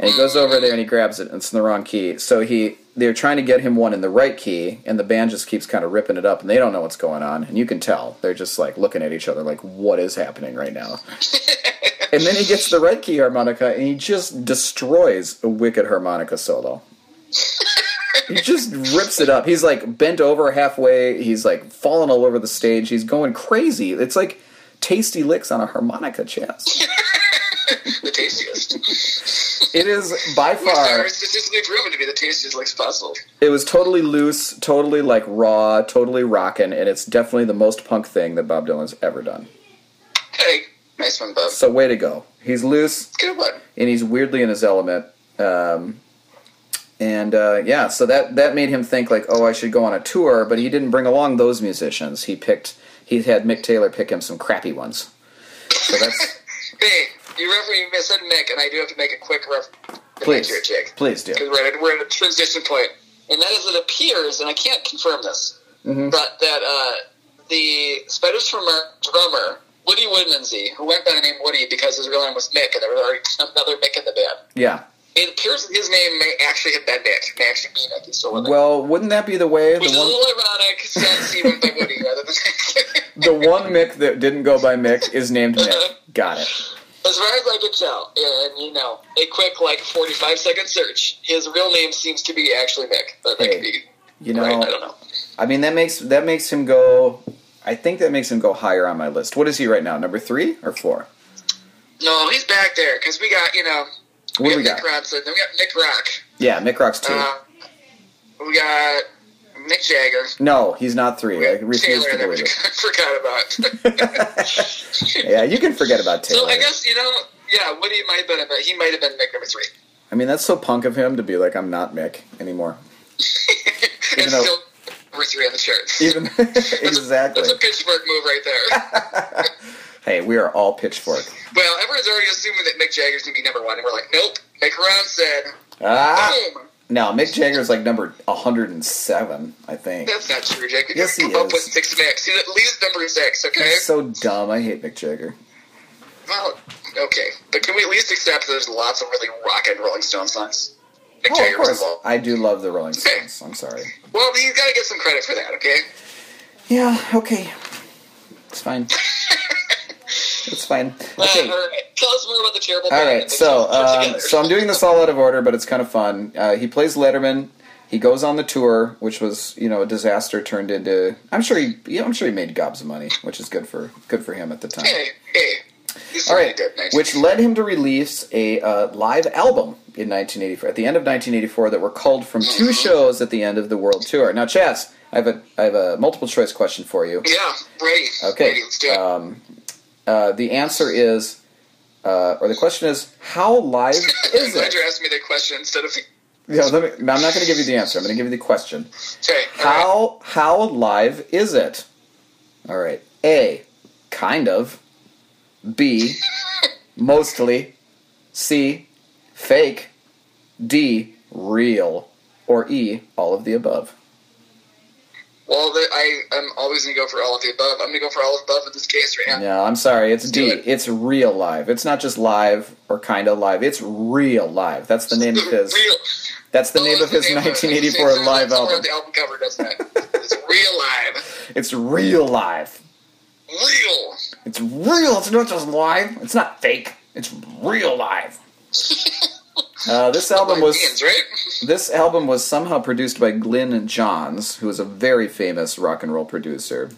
Speaker 2: And he goes over there and he grabs it, and it's in the wrong key. So he, they're trying to get him one in the right key, and the band just keeps kind of ripping it up, and they don't know what's going on, and you can tell they're just like looking at each other, like, what is happening right now? and then he gets the right key harmonica, and he just destroys a wicked harmonica solo he just rips it up. He's like bent over halfway. He's like falling all over the stage. He's going crazy. It's like tasty licks on a harmonica chest.
Speaker 3: the tastiest.
Speaker 2: It is by
Speaker 3: Which
Speaker 2: far.
Speaker 3: are statistically proven to be the tastiest licks possible.
Speaker 2: It was totally loose, totally like raw, totally rockin', and it's definitely the most punk thing that Bob Dylan's ever done.
Speaker 3: Hey, nice one, Bob.
Speaker 2: So way to go. He's loose.
Speaker 3: Good one.
Speaker 2: and he's weirdly in his element. Um, and uh, yeah, so that that made him think like, oh, I should go on a tour. But he didn't bring along those musicians. He picked. He had Mick Taylor pick him some crappy ones. So that's
Speaker 3: Hey, you reference you said Mick, and I do have to make a quick reference.
Speaker 2: please,
Speaker 3: here, Jake.
Speaker 2: please do.
Speaker 3: Because we're at, we're at a transition point, and that is it appears, and I can't confirm this,
Speaker 2: Mm-hmm.
Speaker 3: but that uh, the Spiders from Mars drummer Woody Woodmansey, who went by the name Woody because his real name was Mick, and there was already another Mick in the band.
Speaker 2: Yeah.
Speaker 3: It appears that his name may actually have been Mick, may actually be Mick. He's still with us.
Speaker 2: Well, wouldn't that be the way
Speaker 3: Which is
Speaker 2: the
Speaker 3: a
Speaker 2: one
Speaker 3: little ironic since he went by Woody rather than
Speaker 2: the one Mick that didn't go by Mick is named Mick. Got it.
Speaker 3: As far as I could tell, and you know, a quick like forty-five second search, his real name seems to be actually Mick. But that
Speaker 2: Hey,
Speaker 3: could be
Speaker 2: You know,
Speaker 3: right. I don't know.
Speaker 2: I mean that makes that makes him go. I think that makes him go higher on my list. What is he right now? Number three or four?
Speaker 3: No, he's back there because we got you know
Speaker 2: What do we
Speaker 3: we got
Speaker 2: got?
Speaker 3: Nick Ronson, then we got Nick Rock,
Speaker 2: Yeah, Mick Rock's two.
Speaker 3: Uh, we got Mick Jagger.
Speaker 2: no, he's not three. I refuse
Speaker 3: Taylor
Speaker 2: to
Speaker 3: that we
Speaker 2: believe it.
Speaker 3: forgot about.
Speaker 2: Yeah, you can forget about Taylor.
Speaker 3: So I guess you know, yeah, Woody might have been, but he might have been Mick number three.
Speaker 2: I mean, that's so punk of him to be like, I'm not Mick anymore.
Speaker 3: and
Speaker 2: though-
Speaker 3: still number three on the charts.
Speaker 2: Even exactly.
Speaker 3: That's a Pittsburgh move right there.
Speaker 2: Hey, we are all pitchfork.
Speaker 3: well, everyone's already assuming that Mick Jagger's gonna be number one, and we're like, nope. Mick Ron said,
Speaker 2: Ah,
Speaker 3: boom.
Speaker 2: no, Mick Jagger's like number 107, I think.
Speaker 3: That's not true, Jake. You
Speaker 2: Yes, he
Speaker 3: come
Speaker 2: is.
Speaker 3: up with six Micks. He's at least number six. Okay.
Speaker 2: That's so dumb. I hate Mick Jagger.
Speaker 3: Well, okay, but can we at least accept that there's lots of really rock and Rolling Stone songs? Mick
Speaker 2: Oh,
Speaker 3: Jagger
Speaker 2: of
Speaker 3: was
Speaker 2: course.
Speaker 3: involved.
Speaker 2: I do love the Rolling Stones. I'm sorry.
Speaker 3: Well, he's got to get some credit for that, okay?
Speaker 2: Yeah, okay. It's fine. it's fine. Okay.
Speaker 3: Uh, all right. Tell us more about the terrible.
Speaker 2: All
Speaker 3: band
Speaker 2: right,
Speaker 3: that they
Speaker 2: so
Speaker 3: put
Speaker 2: um,
Speaker 3: together.
Speaker 2: so I'm doing this all out of order, but it's kind of fun. Uh, he plays Letterman. He goes on the tour, which was you know a disaster turned into. I'm sure he yeah, I'm sure he made gobs of money, which is good for good for him at the time.
Speaker 3: Hey, hey. This is
Speaker 2: All
Speaker 3: really
Speaker 2: right,
Speaker 3: good, nice.
Speaker 2: which led him to release a uh, live album in 1984 at the end of 1984 that were culled from
Speaker 3: Mm-hmm.
Speaker 2: two shows at the end of the world tour. Now, Chaz, I have a I have a multiple choice question for you.
Speaker 3: yeah, ready.
Speaker 2: Okay.
Speaker 3: ready, let's do it.
Speaker 2: Um, uh, the answer is, uh, or the question is, how live
Speaker 3: I'm
Speaker 2: is
Speaker 3: glad
Speaker 2: it?
Speaker 3: you're asking me the question instead of the.
Speaker 2: Yeah, let me, no, I'm not going to give you the answer. I'm going to give you the question.
Speaker 3: Okay, all right.
Speaker 2: How how live is it? All right. A, kind of. B, mostly. C, fake. D, real. Or E, all of the above.
Speaker 3: Well, the, I am always gonna go for all of the above. I'm gonna go for all of the above in this case right now.
Speaker 2: No, I'm sorry. It's
Speaker 3: do
Speaker 2: D.
Speaker 3: it.
Speaker 2: It's real live. It's not just live or kind of live. It's real live. That's the name of his.
Speaker 3: Real.
Speaker 2: That's the name
Speaker 3: Oh,
Speaker 2: of his
Speaker 3: it's the name it. It's
Speaker 2: 1984
Speaker 3: the-
Speaker 2: live
Speaker 3: that's the word
Speaker 2: album.
Speaker 3: The album cover doesn't it? it's real live.
Speaker 2: It's real live.
Speaker 3: Real.
Speaker 2: It's real. It's not just live. It's not fake. It's real live. Uh, this album
Speaker 3: Like
Speaker 2: was
Speaker 3: Ian's, right?
Speaker 2: this album was somehow produced by Glyn Johns, who is a very famous rock and roll producer.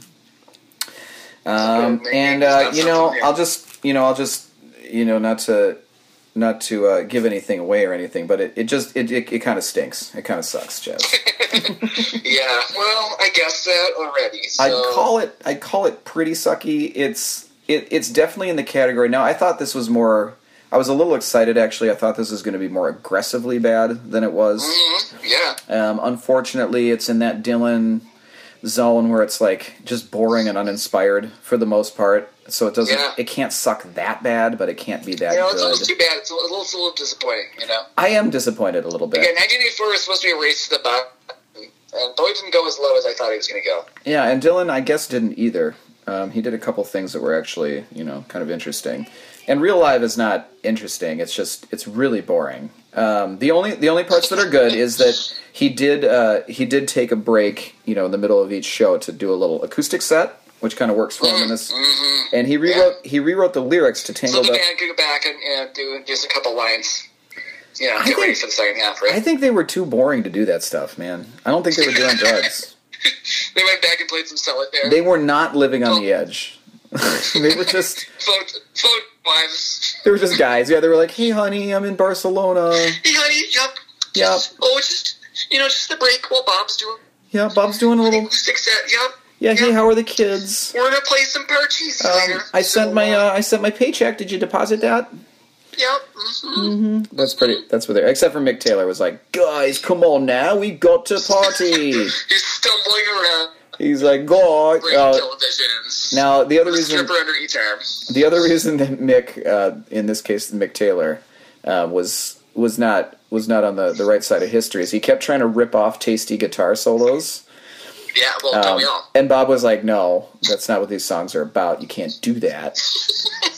Speaker 2: Um, and uh, you know, I'll just you know, I'll just you know, not to not to uh, give anything away or anything, but it, it just it, it, it kind of stinks. It kind of sucks, Jazz.
Speaker 3: Yeah. Well, I guess that already. So.
Speaker 2: I call it I call it pretty sucky. It's it, it's definitely in the category. Now I thought this was more I was a little excited actually. I thought this was going to be more aggressively bad than it was.
Speaker 3: Mm-hmm. Yeah.
Speaker 2: Um, unfortunately, it's in that Dylan zone where it's like just boring and uninspired for the most part. So it doesn't
Speaker 3: Yeah.
Speaker 2: it can't suck that bad, but it can't be that
Speaker 3: You know, it's almost too
Speaker 2: good.
Speaker 3: bad. It's a little, it's a little disappointing. You know.
Speaker 2: I am disappointed a little bit.
Speaker 3: Yeah, 1984 was supposed to be a race to the bottom, and Bowie didn't go as low as I thought he was going to go.
Speaker 2: Yeah, and Dylan, I guess, didn't either. Um, he did a couple things that were actually, you know, kind of interesting. And real live is not interesting. It's just it's really boring. Um, the only the only parts that are good is that he did uh, he did take a break, you know, in the middle of each show to do a little acoustic set, which kind of works for him in this. And he rewrote he rewrote the lyrics to
Speaker 3: Mm-hmm. So
Speaker 2: Tangled
Speaker 3: the
Speaker 2: Up.
Speaker 3: band could go back and, and do just a couple lines. You know, get
Speaker 2: think-
Speaker 3: ready for the second half,
Speaker 2: I
Speaker 3: right?
Speaker 2: think they were too boring to do that stuff, man. I don't think they were doing drugs.
Speaker 3: They went back and played some solitaire.
Speaker 2: They were not living on the edge. they were just
Speaker 3: Phone, phone wives.
Speaker 2: They were just guys. Yeah, they were like, "Hey, honey, I'm in Barcelona.
Speaker 3: You know, you- yup.
Speaker 2: Yup.
Speaker 3: Just- Oh, it's just, you know, just the break while Bob's doing
Speaker 2: Yeah, Bob's doing a little.
Speaker 3: acoustic set. Yup.
Speaker 2: Yeah, hey, how are the kids?
Speaker 3: We're going to play some parties
Speaker 2: Um,
Speaker 3: later.
Speaker 2: I sent
Speaker 3: So,
Speaker 2: my uh, I sent my paycheck. Did you deposit that?
Speaker 3: Yup. mhm.
Speaker 2: That's pretty. That's what they. Except for Mick Taylor was like, "Guys, come on now, we got to party."
Speaker 3: He's stumbling around.
Speaker 2: He's like, "God."
Speaker 3: Great
Speaker 2: Uh,
Speaker 3: televisions.
Speaker 2: now the other
Speaker 3: With a
Speaker 2: reason
Speaker 3: stripper under each arm.
Speaker 2: the other reason that Mick, uh, in this case, Mick Taylor, uh, was was not was not on the, the right side of history is he kept trying to rip off tasty guitar solos.
Speaker 3: Yeah, well, don't
Speaker 2: Um,
Speaker 3: we all?
Speaker 2: and Bob was like, "No, that's not what these songs are about. You can't do that."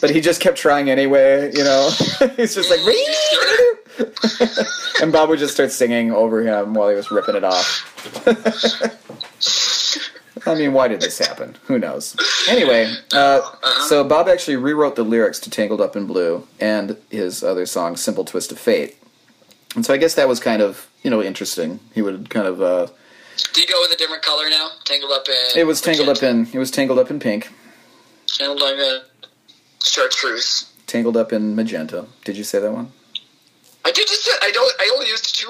Speaker 2: but he just kept trying anyway. You know, he's just like,
Speaker 3: Sure.
Speaker 2: and Bob would just start singing over him while he was ripping it off. I mean, why did this happen? Who knows? Anyway, uh, so Bob actually rewrote the lyrics to "Tangled Up in Blue" and his other song "Simple Twist of Fate," and so I guess that was kind of you know interesting. He would kind of. Uh,
Speaker 3: Do you go with a different color now? Tangled up in.
Speaker 2: it was tangled up in it was tangled up in pink,
Speaker 3: Tangled up in. Chartreuse.
Speaker 2: tangled up in magenta. Did you say that one?
Speaker 3: I did just. I don't. I only used two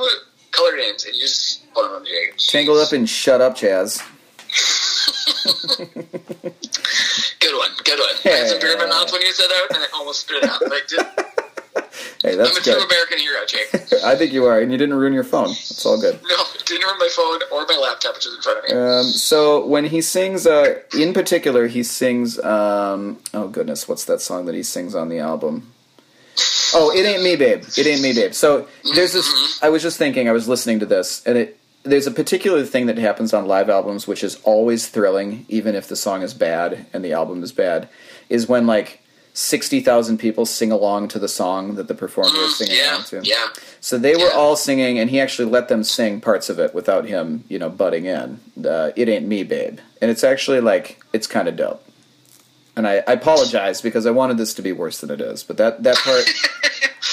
Speaker 3: color names and used one of them. today.
Speaker 2: Tangled up and shut up, Chaz.
Speaker 3: Good one. Good one. I had some beer in my mouth when you said that, and I almost spit it out. But I did.
Speaker 2: Hey,
Speaker 3: I'm
Speaker 2: that's
Speaker 3: a true
Speaker 2: good.
Speaker 3: American hero, Jake.
Speaker 2: I think you are, and you didn't ruin your phone. It's all good.
Speaker 3: No, didn't ruin my phone or my laptop, which is in front of me.
Speaker 2: Um, so when he sings, uh, in particular, he sings. Um, oh goodness, what's that song that he sings on the album? Oh, it ain't me, babe. It ain't me, babe. So there's this.
Speaker 3: Mm-hmm.
Speaker 2: I was just thinking. I was listening to this, and it there's a particular thing that happens on live albums, which is always thrilling, even if the song is bad and the album is bad, is when like sixty thousand people sing along to the song that the performer is singing
Speaker 3: Mm-hmm. yeah,
Speaker 2: along to.
Speaker 3: yeah.
Speaker 2: So they were
Speaker 3: Yeah.
Speaker 2: all singing, and he actually let them sing parts of it without him, you know, butting in. Uh, it ain't me, babe, and it's actually like it's kind of dope. And I, I apologize because I wanted this to be worse than it is, but that that part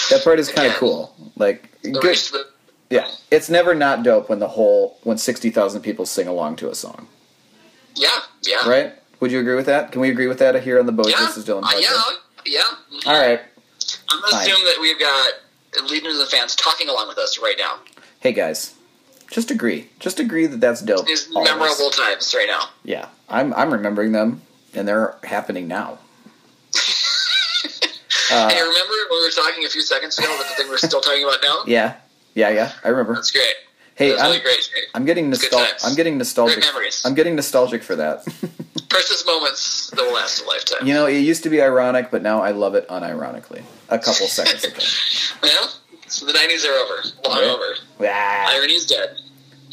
Speaker 2: that part is kind of cool. Like,
Speaker 3: The
Speaker 2: good,
Speaker 3: rest of the-
Speaker 2: yeah, it's never not dope when the whole when sixty thousand people sing along to a song,
Speaker 3: yeah, yeah,
Speaker 2: right? Would you agree with that? Can we agree with that here on the Boat?
Speaker 3: yeah,
Speaker 2: This is Dylan.
Speaker 3: Uh,
Speaker 2: Podcast?
Speaker 3: yeah, yeah.
Speaker 2: All right.
Speaker 3: I'm gonna
Speaker 2: Fine.
Speaker 3: assume that we've got leaders of the fans talking along with us right now.
Speaker 2: Hey guys, just agree. Just agree that that's dope.
Speaker 3: These
Speaker 2: always.
Speaker 3: memorable times right now.
Speaker 2: Yeah, I'm I'm remembering them, and they're happening now. Uh,
Speaker 3: hey, remember when we were talking a few seconds ago about the thing we're still talking about now?
Speaker 2: Yeah, yeah, yeah. I remember.
Speaker 3: That's great.
Speaker 2: Hey,
Speaker 3: That's
Speaker 2: I'm-
Speaker 3: really great. Jake.
Speaker 2: I'm getting
Speaker 3: good
Speaker 2: nostalgic.
Speaker 3: times.
Speaker 2: I'm getting nostalgic.
Speaker 3: Great memories.
Speaker 2: I'm getting nostalgic for that.
Speaker 3: Precious moments that will last a lifetime.
Speaker 2: you know, it used to be ironic, but now I love it unironically. A couple seconds ago.
Speaker 3: Well, so the 90s are over. Long
Speaker 2: Right.
Speaker 3: over.
Speaker 2: Ah.
Speaker 3: Irony's dead.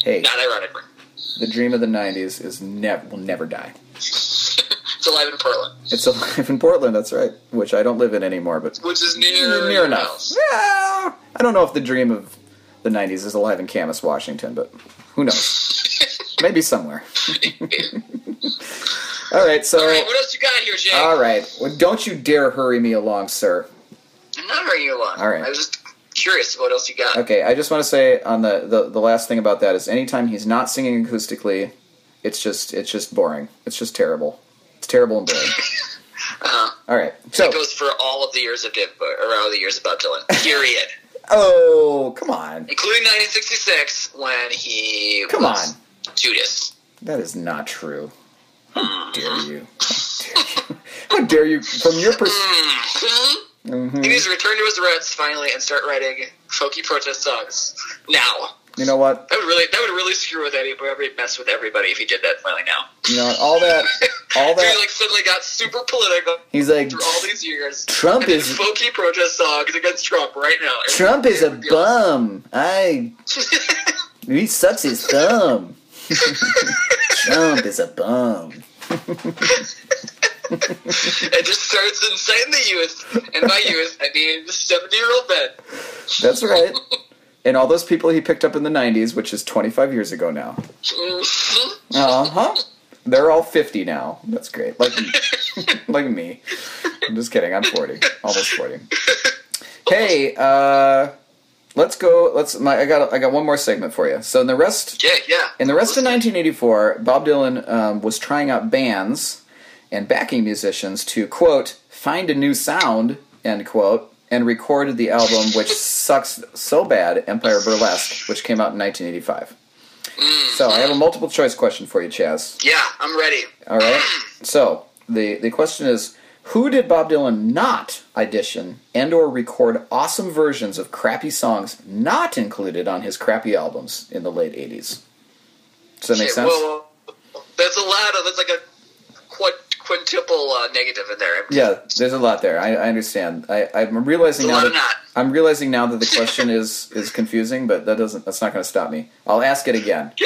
Speaker 2: Hey,
Speaker 3: Not ironically.
Speaker 2: the dream of the '90s is never will never die.
Speaker 3: It's alive in Portland,
Speaker 2: It's alive in Portland. That's right, which I don't live in anymore, but
Speaker 3: which is near,
Speaker 2: near enough.
Speaker 3: else.
Speaker 2: Yeah. I don't know if the dream of the '90s is alive in Camas, Washington, but who knows? Maybe somewhere. All right, so. uh,
Speaker 3: All right, what else you got here, Jake?
Speaker 2: All right. Well, don't you dare hurry me along, sir.
Speaker 3: I'm not hurrying you along.
Speaker 2: All right.
Speaker 3: I was just curious about what else you got.
Speaker 2: Okay, I just want to say on the, the the last thing about that is anytime he's not singing acoustically, it's just it's just boring. It's just terrible. It's terrible and boring. All right. So
Speaker 3: Uh-huh. It goes for all of the years of Dib, or all the years of Bob Dylan. Period.
Speaker 2: oh, come on.
Speaker 3: Including 1966 when he
Speaker 2: Come
Speaker 3: was
Speaker 2: on.
Speaker 3: Judas.
Speaker 2: That is not true.
Speaker 3: Hmm.
Speaker 2: How dare you? How dare you? From your pers- Mm-hmm.
Speaker 3: He needs to return to his roots finally and start writing folky protest songs now.
Speaker 2: you know what?
Speaker 3: That would really that would really screw with any every mess with everybody if he did that finally now.
Speaker 2: You know what? all that all
Speaker 3: Dude,
Speaker 2: that
Speaker 3: like suddenly got super political
Speaker 2: he's like
Speaker 3: through all these years.
Speaker 2: Trump
Speaker 3: and then
Speaker 2: is-
Speaker 3: folky protest songs against Trump right now.
Speaker 2: Trump is a bum. I he sucks his thumb. Trump is a bum.
Speaker 3: It just starts inciting the youth, and by youth I mean the seventy-year-old men.
Speaker 2: That's right. And all those people he picked up in the '90s, which is 25 years ago now.
Speaker 3: Mhm.
Speaker 2: Uh huh. They're all 50 now. That's great. Like me. like me. I'm just kidding. I'm 40. Almost 40. Hey, uh, let's go. Let's. My, I got. I got one more segment for you. So in the rest
Speaker 3: Yeah, yeah.
Speaker 2: In the rest of 1984, Bob Dylan um, was trying out bands and backing musicians to, quote, find a new sound, end quote, and recorded the album, which sucks so bad, Empire Burlesque, which came out in 1985. So I have a multiple choice question for you, Chaz.
Speaker 3: yeah, I'm ready.
Speaker 2: All right? So the, the question is who did Bob Dylan not audition and or record awesome versions of crappy songs not included on his crappy albums in the late 80s? Does that make
Speaker 3: Okay,
Speaker 2: sense?
Speaker 3: Well, that's a lot of that's like a quad, quintuple uh, negative in there.
Speaker 2: Yeah, there's a lot there. I, I understand. I, I'm
Speaker 3: It's a
Speaker 2: realizing now
Speaker 3: lot
Speaker 2: that
Speaker 3: of not.
Speaker 2: I'm realizing now that the question is is confusing, but that doesn't that's not going to stop me. I'll ask it again.
Speaker 3: Okay,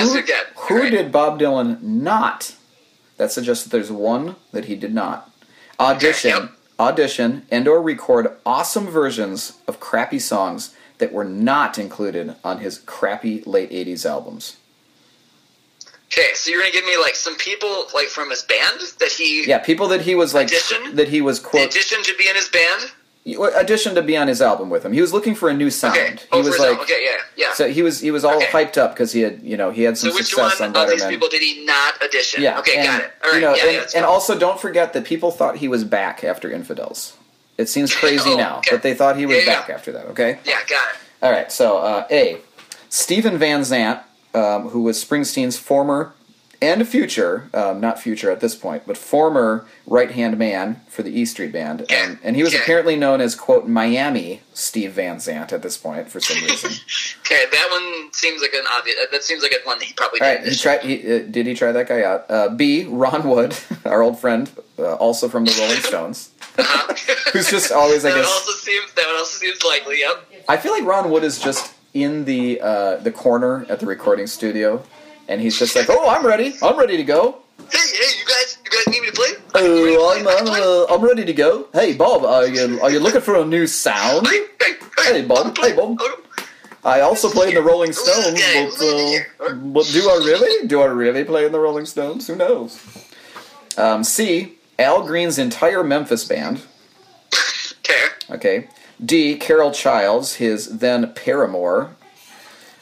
Speaker 3: ask
Speaker 2: who,
Speaker 3: again.
Speaker 2: Who
Speaker 3: Alright.
Speaker 2: did Bob Dylan not? That suggests that there's one that he did not audition,
Speaker 3: Okay, yep.
Speaker 2: audition, and or record awesome versions of crappy songs that were not included on his crappy late '80s albums.
Speaker 3: Okay, so you're gonna give me like some people like from his band that he
Speaker 2: Yeah, people that he was like
Speaker 3: Audition?
Speaker 2: that he was
Speaker 3: in
Speaker 2: quote
Speaker 3: addition to be in his band.
Speaker 2: audition to be on his album with him. He was looking for a new sound.
Speaker 3: Okay,
Speaker 2: he
Speaker 3: oh,
Speaker 2: was
Speaker 3: for
Speaker 2: like,
Speaker 3: his own- okay, yeah, yeah.
Speaker 2: so he was he was all
Speaker 3: Okay.
Speaker 2: hyped up because he had you know he had some
Speaker 3: So which one
Speaker 2: success on
Speaker 3: of these
Speaker 2: Letterman.
Speaker 3: people did he not audition?
Speaker 2: yeah,
Speaker 3: Okay,
Speaker 2: and,
Speaker 3: got it. All right,
Speaker 2: you know,
Speaker 3: yeah,
Speaker 2: and,
Speaker 3: yeah. that's
Speaker 2: and
Speaker 3: fine.
Speaker 2: also don't forget that people thought he was back after Infidels. It seems crazy
Speaker 3: Oh,
Speaker 2: now,
Speaker 3: okay.
Speaker 2: but they thought he was
Speaker 3: Yeah, yeah.
Speaker 2: back after that. Okay.
Speaker 3: Yeah, got it.
Speaker 2: All right. So uh, A, Stephen Van Zant, um, who was Springsteen's former and future, um, not future at this point, but former right hand man for the E Street Band,
Speaker 3: Yeah,
Speaker 2: and, and he was
Speaker 3: yeah.
Speaker 2: apparently known as quote Miami Steve Van Zant at this point for some reason.
Speaker 3: Okay, that one seems like an obvious. That seems like a one that he probably
Speaker 2: All
Speaker 3: did.
Speaker 2: right, he tried. He, uh, did he try that guy out? Uh, B. Ron Wood, our old friend, uh, also from the Rolling Stones, who's just always, I
Speaker 3: Uh-huh. that would
Speaker 2: guess.
Speaker 3: also seems. That would also seems likely. Yep.
Speaker 2: I feel like Ron Wood is just in the uh, the corner at the recording studio, and he's just like, "Oh, I'm ready. I'm ready to go.
Speaker 3: Hey, hey, you guys, you guys need me to play?
Speaker 2: Uh,
Speaker 3: Ready to
Speaker 2: I'm
Speaker 3: play?
Speaker 2: I'm, uh, I'm ready to go. Hey, Bob, are you are you looking for a new sound?
Speaker 3: Hey, hey,
Speaker 2: Hey, Bob. Hey, Bob. I also play in the Rolling Stones, but, uh, but do I really? Do I really play in the Rolling Stones? Who knows? Um, C. Al Green's entire Memphis band.
Speaker 3: Okay.
Speaker 2: Okay. D. Carol Childs, his then paramour,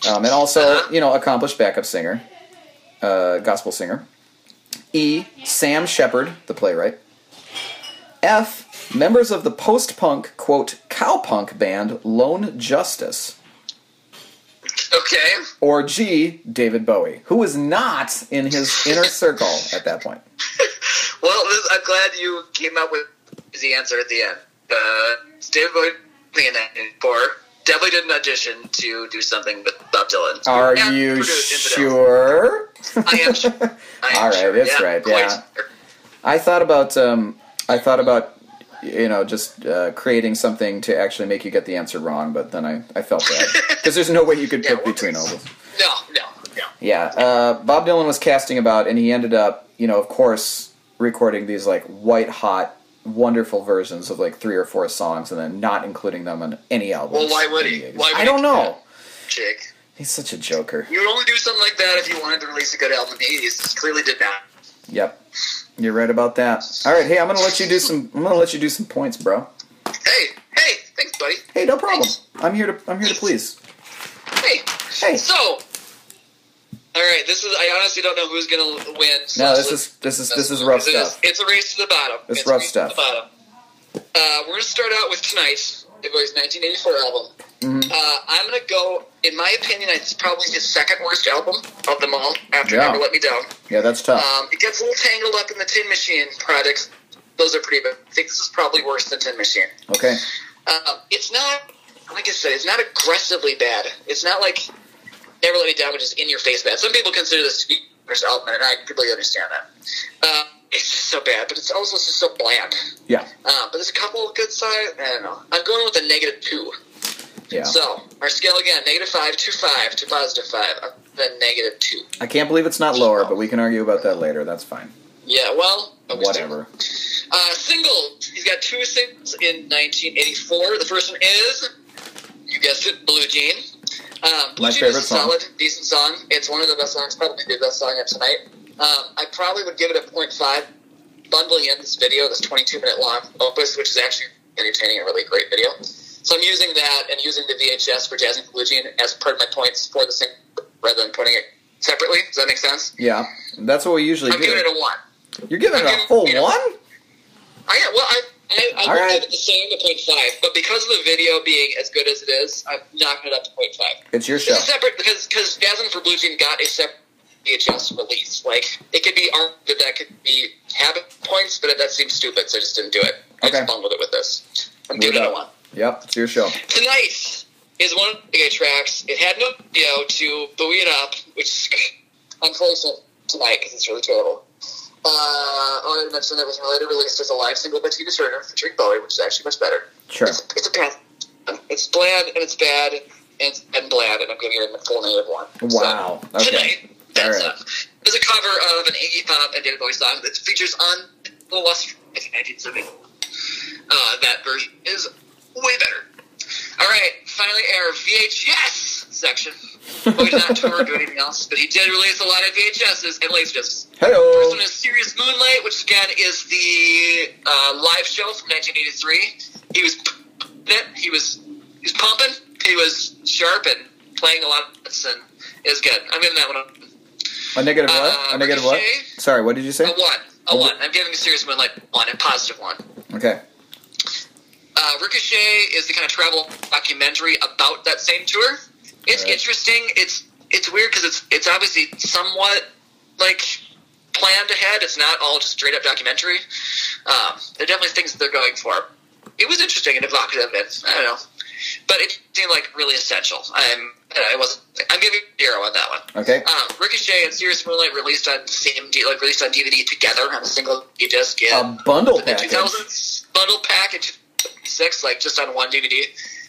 Speaker 2: um, and also you know accomplished backup singer, uh, gospel singer. E. Sam Shepard, the playwright. F. Members of the post-punk quote cowpunk band Lone Justice.
Speaker 3: Okay.
Speaker 2: Or G. David Bowie, who was not in his inner circle at that point.
Speaker 3: Well, this, I'm glad you came up with the answer at the end. Uh, David Bowie in '94 definitely did an audition to do something with Bob Dylan.
Speaker 2: Are
Speaker 3: And
Speaker 2: you
Speaker 3: produced Infidels.
Speaker 2: sure?
Speaker 3: I am sure. I am
Speaker 2: All right,
Speaker 3: sure.
Speaker 2: that's
Speaker 3: yeah,
Speaker 2: right,
Speaker 3: quite
Speaker 2: yeah.
Speaker 3: sure.
Speaker 2: I thought about um, I thought about you know just uh, creating something to actually make you get the answer wrong, but then I, I felt bad because there's no way you could
Speaker 3: Yeah,
Speaker 2: pick
Speaker 3: well,
Speaker 2: between all those.
Speaker 3: No, no, no.
Speaker 2: Yeah, uh, Bob Dylan was casting about, and he ended up you know of course recording these like white hot wonderful versions of like three or four songs, and then not including them on any album.
Speaker 3: Well, why would he? Why would
Speaker 2: I don't
Speaker 3: he?
Speaker 2: know.
Speaker 3: Jake.
Speaker 2: He's such a joker.
Speaker 3: You would only do something like that if you wanted to release a good album in the 80s. Clearly did not.
Speaker 2: Yep, you're right about that. All right, hey, I'm gonna let you do some. I'm gonna let you do some points, bro.
Speaker 3: Hey, hey, thanks, buddy.
Speaker 2: Hey, no problem. I'm here to. I'm here to please.
Speaker 3: Hey.
Speaker 2: Hey.
Speaker 3: So, all right, this is, I honestly don't know who's going to win.
Speaker 2: No, this is this is this is rough
Speaker 3: It is-
Speaker 2: stuff.
Speaker 3: It's a race to the bottom.
Speaker 2: It's
Speaker 3: a
Speaker 2: rough
Speaker 3: race
Speaker 2: stuff.
Speaker 3: To the bottom. Uh, we're going to start out with tonight's David Bowie's 1984 album.
Speaker 2: Mm-hmm.
Speaker 3: Uh, I'm going to go, in my opinion, it's probably his second worst album of them all after
Speaker 2: Yeah.
Speaker 3: Never Let Me Down.
Speaker 2: Yeah, that's tough.
Speaker 3: Um, it gets a little tangled up in the Tin Machine products. Those are pretty bad. I think this is probably worse than Tin Machine.
Speaker 2: okay.
Speaker 3: Um, it's not, like I said, it's not aggressively bad. It's not like Never Let Me Down, which is in your face bad. Some people consider this to be his album, and I completely understand that. Uh, it's just so bad, but it's also just so bland.
Speaker 2: Yeah.
Speaker 3: Uh, but there's a couple of good sides. I don't know. I'm going with a negative two.
Speaker 2: Yeah.
Speaker 3: So our scale again: negative five to five to positive five, uh, then negative two.
Speaker 2: I can't believe it's not lower, but we can argue about that later. That's fine.
Speaker 3: Yeah. Well. I was-
Speaker 2: Whatever.
Speaker 3: Uh, single. He's got two singles in 1984. The first one is, you guessed it, Blue Jean. Um, Blue
Speaker 2: My
Speaker 3: Jean
Speaker 2: favorite
Speaker 3: is a
Speaker 2: song.
Speaker 3: solid, decent song. It's one of the best songs, probably the best song of tonight. Um, I probably would give it a 0.5. Bundling in this video, this 22 minute long opus, which is actually entertaining and a really great video. So I'm using that and using the VHS for Jasmine Blue Jean as part of my points for the single, rather than putting it separately. Does that make sense?
Speaker 2: Yeah. That's what we usually
Speaker 3: I'm giving it
Speaker 2: do.
Speaker 3: a one.
Speaker 2: You're giving it
Speaker 3: I'm
Speaker 2: a
Speaker 3: giving-
Speaker 2: full
Speaker 3: you know-
Speaker 2: one?
Speaker 3: I Oh, yeah, well, I I, I
Speaker 2: All
Speaker 3: would
Speaker 2: right.
Speaker 3: give it the same a point five, but because of the video being as good as it is, I'm knocking it up to point five.
Speaker 2: It's your show.
Speaker 3: This is separate because because Jasmine for Blue Jean got a separate VHS release. Like it could be argued that that could be habit points, but that seems stupid, so I just didn't do it. I
Speaker 2: Okay.
Speaker 3: just bundled it with this. I'm
Speaker 2: Move
Speaker 3: giving it a
Speaker 2: up.
Speaker 3: one.
Speaker 2: Yep, it's your show.
Speaker 3: Tonight is one of the big tracks. It had no video to buoy it up, which is unfortunate tonight because it's really terrible. Uh, oh, I mentioned that was later released as a live single by Tina Turner featuring Bowie, which is actually much better.
Speaker 2: Sure.
Speaker 3: It's, it's a bad. It's bland and it's bad and it's and bland, and I'm giving it a full negative one. So,
Speaker 2: Wow. Okay.
Speaker 3: Tonight, that's
Speaker 2: All right.
Speaker 3: up. There's a cover of an Iggy Pop and David Bowie song that features on the Lust 1970. Uh, that version is way better. All right, finally, our VHS section. Well, he's not toured or anything else, but he did release a lot of VHSs and laserdiscs. First one
Speaker 2: Hello.
Speaker 3: is Serious Moonlight, which again is the uh, live show from 1983. He was pumping, he was he was pumping, he was sharp and playing a lot of hits, and it was good. I'm giving that one a,
Speaker 2: A negative what?
Speaker 3: Uh,
Speaker 2: A negative what?
Speaker 3: Ricochet.
Speaker 2: Sorry, what did you say?
Speaker 3: a one, a one. I'm giving Serious Moonlight one, a positive one.
Speaker 2: Okay.
Speaker 3: Uh, Ricochet is the kind of travel documentary about that same tour. It's
Speaker 2: Alright.
Speaker 3: interesting. It's it's weird because it's it's obviously somewhat like planned ahead. It's not all just straight up documentary. Um, there are definitely things that they're going for. It was interesting and evocative. And, I don't know, but it seemed like really essential. I'm I wasn't. I'm giving zero on that one.
Speaker 2: Okay.
Speaker 3: Uh, Ricochet and Serious Moonlight released on same D, like released on DVD together on a single disc. in
Speaker 2: A bundle
Speaker 3: the
Speaker 2: package.
Speaker 3: 2000s bundle package six, like just on one DVD,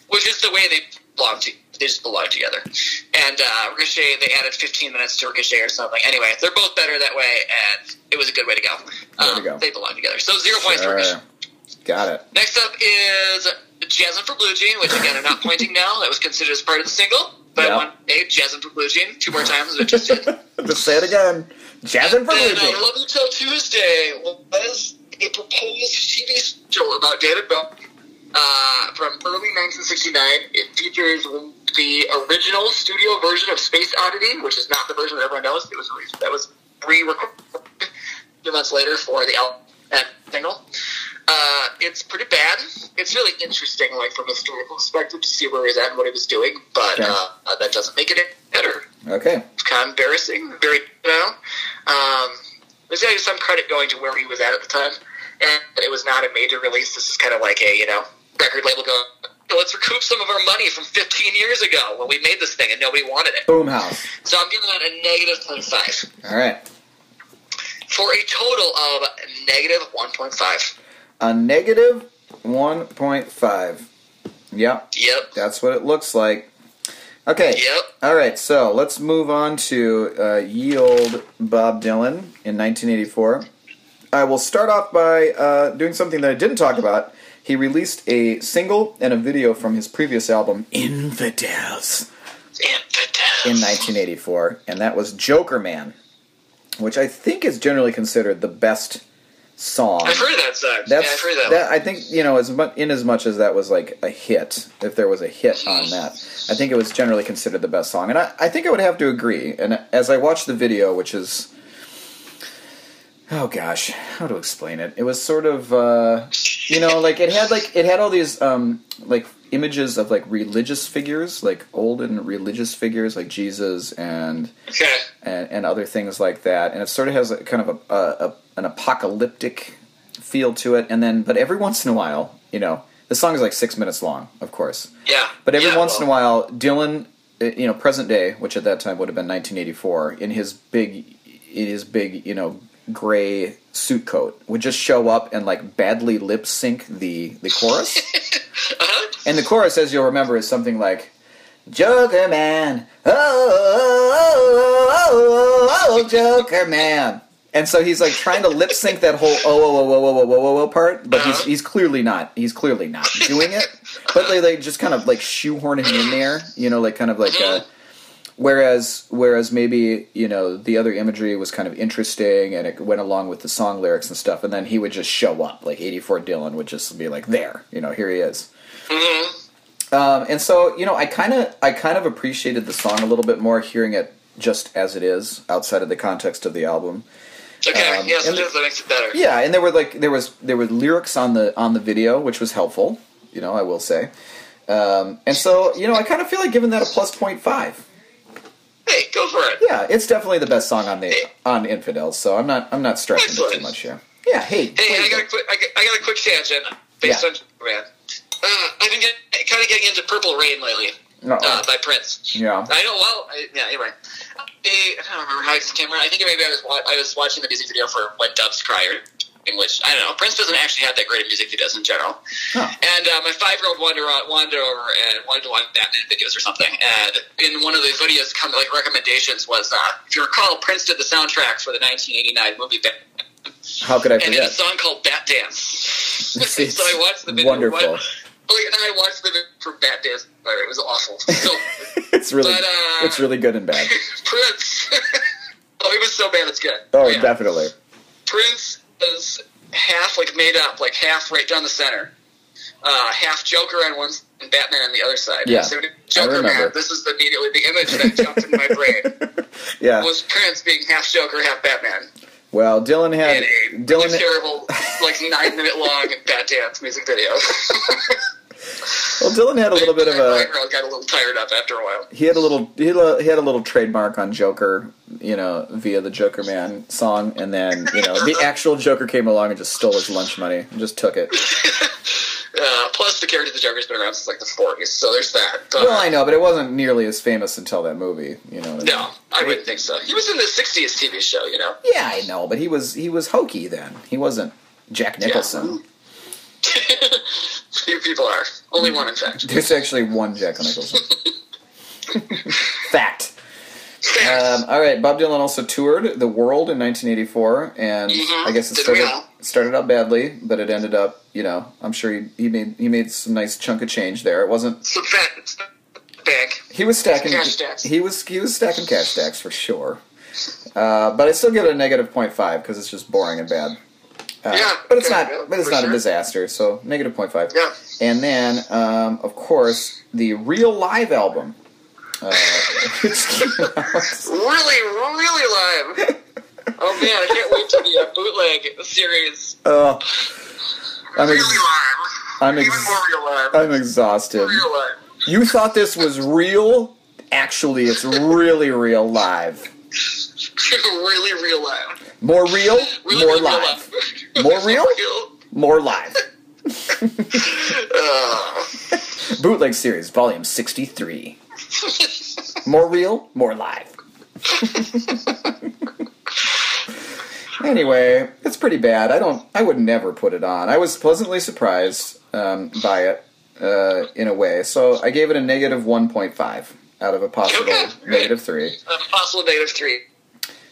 Speaker 3: which is the way they belong to. They just belong together. And uh, Ricochet, they added 15 minutes to Ricochet or something. Anyway, they're both better that way, and it was a good way to go.
Speaker 2: Way to
Speaker 3: Um,
Speaker 2: go.
Speaker 3: They belong together. So zero points for
Speaker 2: Sure.
Speaker 3: Ricochet.
Speaker 2: Got it.
Speaker 3: Next up is Jasmine for Blue Jean, which again I'm not pointing now. That was considered as part of the single. But
Speaker 2: Yeah.
Speaker 3: I want a Jasmine for Blue Jean two more times, which is it.
Speaker 2: Just say it again. Jasmine for
Speaker 3: Then
Speaker 2: Luigi.
Speaker 3: uh, Love Until Tuesday was a proposed TV show about David Bowie uh, from early 1969. It features the original studio version of Space Oddity, which is not the version that everyone knows. It was released, that was re-recorded a few months later for the album and single. Uh, it's pretty bad. It's really interesting, like from a historical perspective, to see where he was at and what he was doing. But
Speaker 2: Okay.
Speaker 3: uh, uh, that doesn't make it any better
Speaker 2: Okay.
Speaker 3: it's kind of embarrassing. Very, you know, um, there's got to be some credit going to where he was at at the time, and it was not a major release. This is kind of like a you know record label going, let's recoup some of our money from 15 years ago when we made this thing and nobody wanted it.
Speaker 2: Boom house.
Speaker 3: So I'm giving that a negative 0.5
Speaker 2: All right.
Speaker 3: for a total of negative 1.5.
Speaker 2: A negative 1.5. Yep.
Speaker 3: Yep.
Speaker 2: That's what it looks like. Okay.
Speaker 3: Yep.
Speaker 2: All right. So let's move on to uh, ye old Bob Dylan in 1984. I will start off by uh, doing something that I didn't talk about. He released a single and a video from his previous album, Infidels.
Speaker 3: Infidels.
Speaker 2: in 1984, and that was Joker Man, which I think is generally considered the best song.
Speaker 3: I've heard that song.
Speaker 2: That's,
Speaker 3: yeah, I've heard that. one.
Speaker 2: that- I think you know as much in as much as that was like a hit, if there was a hit on that, I think it was generally considered the best song, and I, I think I would have to agree. And as I watched the video, which is oh gosh, how to explain it? It was sort of uh, you know like it had like it had all these um, like images of like religious figures, like old and religious figures, like Jesus and
Speaker 3: Okay.
Speaker 2: and, and other things like that. And it sort of has a kind of a, a, a an apocalyptic feel to it. And then, but every once in a while, you know, the song is like six minutes long, of course.
Speaker 3: Yeah.
Speaker 2: But every
Speaker 3: Yeah,
Speaker 2: once in a
Speaker 3: well,
Speaker 2: while, Dylan, uh, you know, present day, which at that time would have been 1984, in his big, in his big, you know, gray suit coat, would just show up and like badly lip sync the the chorus.
Speaker 3: Uh-huh.
Speaker 2: And the chorus, as you'll remember, is something like Joker Man, oh, oh, oh, oh, oh, Joker Man. And so he's like trying to lip sync that whole oh oh oh oh oh oh oh, oh oh part, but he's
Speaker 3: Uh-huh.
Speaker 2: he's clearly not he's clearly not doing it. But they they just kind of like shoehorn him in there, you know, like kind of like uh, whereas whereas maybe you know the other imagery was kind of interesting and it went along with the song lyrics and stuff, and then he would just show up like '84 Dylan would just be like there, you know, here he is. Um, and so you know, I kind of I kind of appreciated the song a little bit more hearing it just as it is outside of the context of the album.
Speaker 3: Okay.
Speaker 2: um,
Speaker 3: yeah, so
Speaker 2: and the-
Speaker 3: that makes it better.
Speaker 2: Yeah, and there were like there was there were lyrics on the on the video, which was helpful. You know, I will say. Um, and so you know, I kind of feel like giving that a plus point five.
Speaker 3: Hey, go for it.
Speaker 2: Yeah, it's definitely the best song on the on Infidels. So I'm not I'm not stressing it too
Speaker 3: Excellent.
Speaker 2: much here. Yeah. Hey.
Speaker 3: Hey, I
Speaker 2: please.
Speaker 3: got a quick, I got, I got a quick tangent based
Speaker 2: Yeah.
Speaker 3: on Superman. Uh, I've been getting, kind of getting into Purple Rain lately
Speaker 2: Uh-oh.
Speaker 3: uh, by Prince.
Speaker 2: Yeah.
Speaker 3: I know. Well, I, yeah. Anyway, I, I don't remember how it came around. I think maybe I was wa- I was watching the music video for "When Doves Cry" or English. I don't know. Prince doesn't actually have that great of music videos in general.
Speaker 2: Huh.
Speaker 3: And uh, my five year old wandered, o- wandered over and wanted to watch Batman videos or something. And in one of the videos, come like recommendations was uh, if you recall, Prince did the soundtrack for the 1989 movie Batman
Speaker 2: How could I
Speaker 3: and did a
Speaker 2: forget?
Speaker 3: song called Bat Dance.
Speaker 2: It's
Speaker 3: so I watched the video.
Speaker 2: wonderful.
Speaker 3: What- Oh, yeah, and I watched the video for Bat Dance. but It was awful. So
Speaker 2: It's really
Speaker 3: But, uh,
Speaker 2: it's really good and bad.
Speaker 3: Prince. oh, it was so bad. It's good.
Speaker 2: Oh,
Speaker 3: yeah.
Speaker 2: definitely.
Speaker 3: Prince is half like made up, like half right down the center. Uh, half Joker on one side and Batman on the other side.
Speaker 2: Yeah,
Speaker 3: So
Speaker 2: I
Speaker 3: Joker
Speaker 2: remember.
Speaker 3: Man. This is immediately the image that jumped in my brain
Speaker 2: Yeah.
Speaker 3: was Prince being half Joker, half Batman
Speaker 2: Well, Dylan had
Speaker 3: in a really
Speaker 2: Dylan.
Speaker 3: terrible like nine minute long bad dance music video.
Speaker 2: Well, Dylan had a little bit of
Speaker 3: My
Speaker 2: a
Speaker 3: girl got a little tired up after a while.
Speaker 2: he had a little he had a, he had a little trademark on Joker, you know, via the Joker Man song, and then you know the actual Joker came along and just stole his lunch money and just took it.
Speaker 3: Uh, plus, the character of the Joker's been around since like the 40s, so there's that. But,
Speaker 2: Well, I know, but it wasn't nearly as famous until that movie. You know. what I
Speaker 3: No,
Speaker 2: mean?
Speaker 3: I wouldn't think so. He was in the 60s TV show, you know?
Speaker 2: Yeah, I know, but he was he was hokey then. He wasn't Jack Nicholson.
Speaker 3: Few people are. Only one, in fact.
Speaker 2: There's actually one Jack Nicholson. Fact. Um, all right, Bob Dylan also toured the world in 1984, and
Speaker 3: Mhm.
Speaker 2: I guess it
Speaker 3: Did we
Speaker 2: started
Speaker 3: all?
Speaker 2: started out badly, but it ended up, you know, I'm sure he, he made he made some nice chunk of change there. It wasn't
Speaker 3: so fat, big.
Speaker 2: he was stacking
Speaker 3: Cash stacks.
Speaker 2: he was he was stacking cash stacks for sure, uh, but I still give it a negative point five because it's just boring and bad. Uh,
Speaker 3: Yeah,
Speaker 2: but it's
Speaker 3: yeah,
Speaker 2: not
Speaker 3: yeah,
Speaker 2: but it's
Speaker 3: for
Speaker 2: not a
Speaker 3: sure.
Speaker 2: disaster. So negative point five.
Speaker 3: Yeah.
Speaker 2: And then, um, of course, the real live album. Uh, which came out.
Speaker 3: Really, really live. Oh man, I can't wait to the uh, bootleg series.
Speaker 2: Uh, I'm,
Speaker 3: really
Speaker 2: ex-
Speaker 3: live.
Speaker 2: I'm ex-
Speaker 3: Even more real live.
Speaker 2: I'm exhausted.
Speaker 3: real live.
Speaker 2: You thought this was real? Actually, it's really real live.
Speaker 3: really real live.
Speaker 2: More real,
Speaker 3: Really,
Speaker 2: more
Speaker 3: really
Speaker 2: live.
Speaker 3: live.
Speaker 2: More real? More live.
Speaker 3: Uh,
Speaker 2: Bootleg Series, Volume 63. More real, more live. anyway, it's pretty bad. I don't. I would never put it on. I was pleasantly surprised um, by it uh, in a way. So I gave it a negative one point five out of a possible
Speaker 3: Okay, great.
Speaker 2: negative three.
Speaker 3: um, possible negative three.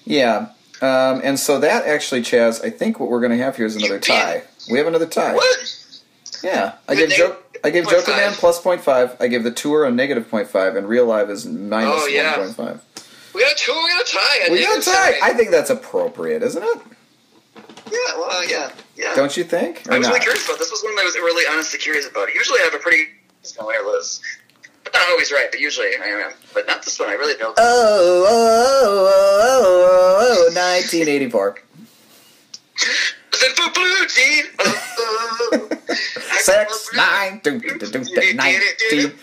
Speaker 2: Yeah. Um, and so that actually, Chaz, I think what we're going to have here is another
Speaker 3: beat it.
Speaker 2: tie. We have another tie.
Speaker 3: What?
Speaker 2: Yeah, I
Speaker 3: Then
Speaker 2: give
Speaker 3: they-
Speaker 2: joke. I give
Speaker 3: point
Speaker 2: Joker Man
Speaker 3: five.
Speaker 2: plus point five. I give the tour a negative point five, and Real Live is minus
Speaker 3: Oh, yeah.
Speaker 2: one point five.
Speaker 3: We got a two. We got a tie. I
Speaker 2: We
Speaker 3: think
Speaker 2: got
Speaker 3: it's
Speaker 2: tie.
Speaker 3: right.
Speaker 2: I think that's appropriate, isn't it?
Speaker 3: yeah. Well, yeah. Yeah.
Speaker 2: Don't you think? Or
Speaker 3: I was
Speaker 2: not?
Speaker 3: really curious about this. Was one that I was really honestly curious about. Usually, I have a pretty familiar list. I'm not always right, but usually I am. But not this one. I really don't.
Speaker 2: Oh, oh, oh, oh, oh, oh, 1984.
Speaker 3: Then for blue jean. Oh, oh.
Speaker 2: Six, nine, do, do, do, do, do,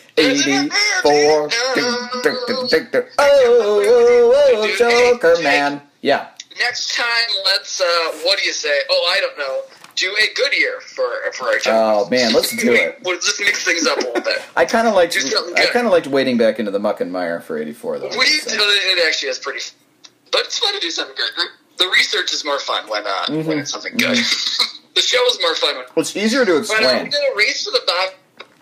Speaker 2: 1984. Do, do, do, do, do. Oh, oh, oh, Joker Man. Yeah.
Speaker 3: Next time, let's. Uh, what do you say? Oh, I don't know. Do a good year for for our job.
Speaker 2: Oh man, let's do it.
Speaker 3: We'll just mix things up a little bit.
Speaker 2: I kind of liked.
Speaker 3: Do something
Speaker 2: I
Speaker 3: good.
Speaker 2: kind of liked wading back into the muck and mire for '84, though. I
Speaker 3: We
Speaker 2: have to say.
Speaker 3: it actually is pretty, but it's fun to do something good. The research is more fun when uh,
Speaker 2: Mm-hmm.
Speaker 3: when it's something good. the show is more fun. When,
Speaker 2: Well, Mm-hmm. it's easier to
Speaker 3: but uh, we
Speaker 2: explain.
Speaker 3: did a race to the bottom.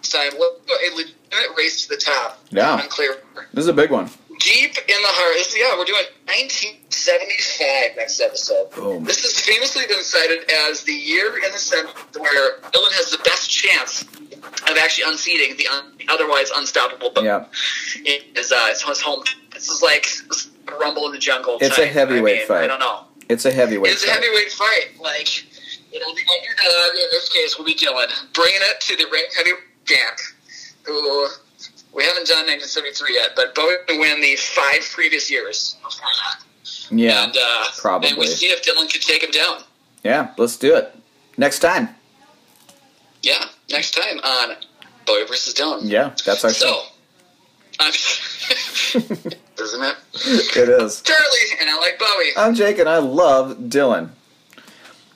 Speaker 3: this Time Let's do a legitimate race to the top.
Speaker 2: Yeah.
Speaker 3: unclear.
Speaker 2: This is a big one.
Speaker 3: Deep in the heart. This is, yeah, we're doing 1975 next episode.
Speaker 2: Boom.
Speaker 3: This has famously been cited as the year in the sense where Dylan has the best chance of actually unseating the un- otherwise unstoppable. But
Speaker 2: Yeah,
Speaker 3: is uh, it's his home. This is like Rumble in the Jungle.
Speaker 2: It's
Speaker 3: type.
Speaker 2: a heavyweight
Speaker 3: I mean,
Speaker 2: fight.
Speaker 3: I don't know.
Speaker 2: it's a heavyweight.
Speaker 3: it's a
Speaker 2: fight.
Speaker 3: heavyweight fight. Like it'll be underdog. In this case, we'll be Dylan bringing it to the rank heavyweight champ, who we haven't done 1973 yet, but both to win the five previous years. before that.
Speaker 2: Yeah,
Speaker 3: And uh,
Speaker 2: Probably.
Speaker 3: And we see if Dylan could take him down.
Speaker 2: yeah. Let's do it next time.
Speaker 3: Yeah, next time on Bowie versus Dylan.
Speaker 2: Yeah, that's our
Speaker 3: So,
Speaker 2: show.
Speaker 3: I'm isn't it?
Speaker 2: it is.
Speaker 3: Charlie and I like Bowie.
Speaker 2: I'm Jake, and I love Dylan.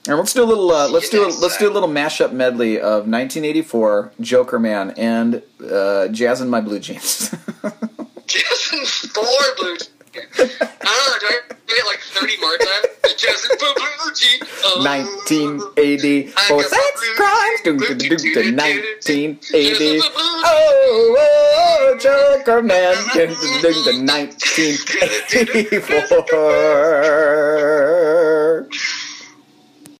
Speaker 2: And let's do a little. Uh, let's
Speaker 3: See you
Speaker 2: do. A,
Speaker 3: next
Speaker 2: let's do a
Speaker 3: time.
Speaker 2: little mashup medley of 1984, Joker Man, and uh, Jazz in My Blue Jeans.
Speaker 3: Jason Four Blue Jean. I don't know, do I get like 30 more times? Jason Blue Blue Jean. Oh.
Speaker 2: 1984 sex crimes. Do, do, do, do, do, 1980.
Speaker 3: Jason Blue
Speaker 2: Oh, oh, oh, Joker Man. Do, do, do, do, 1984.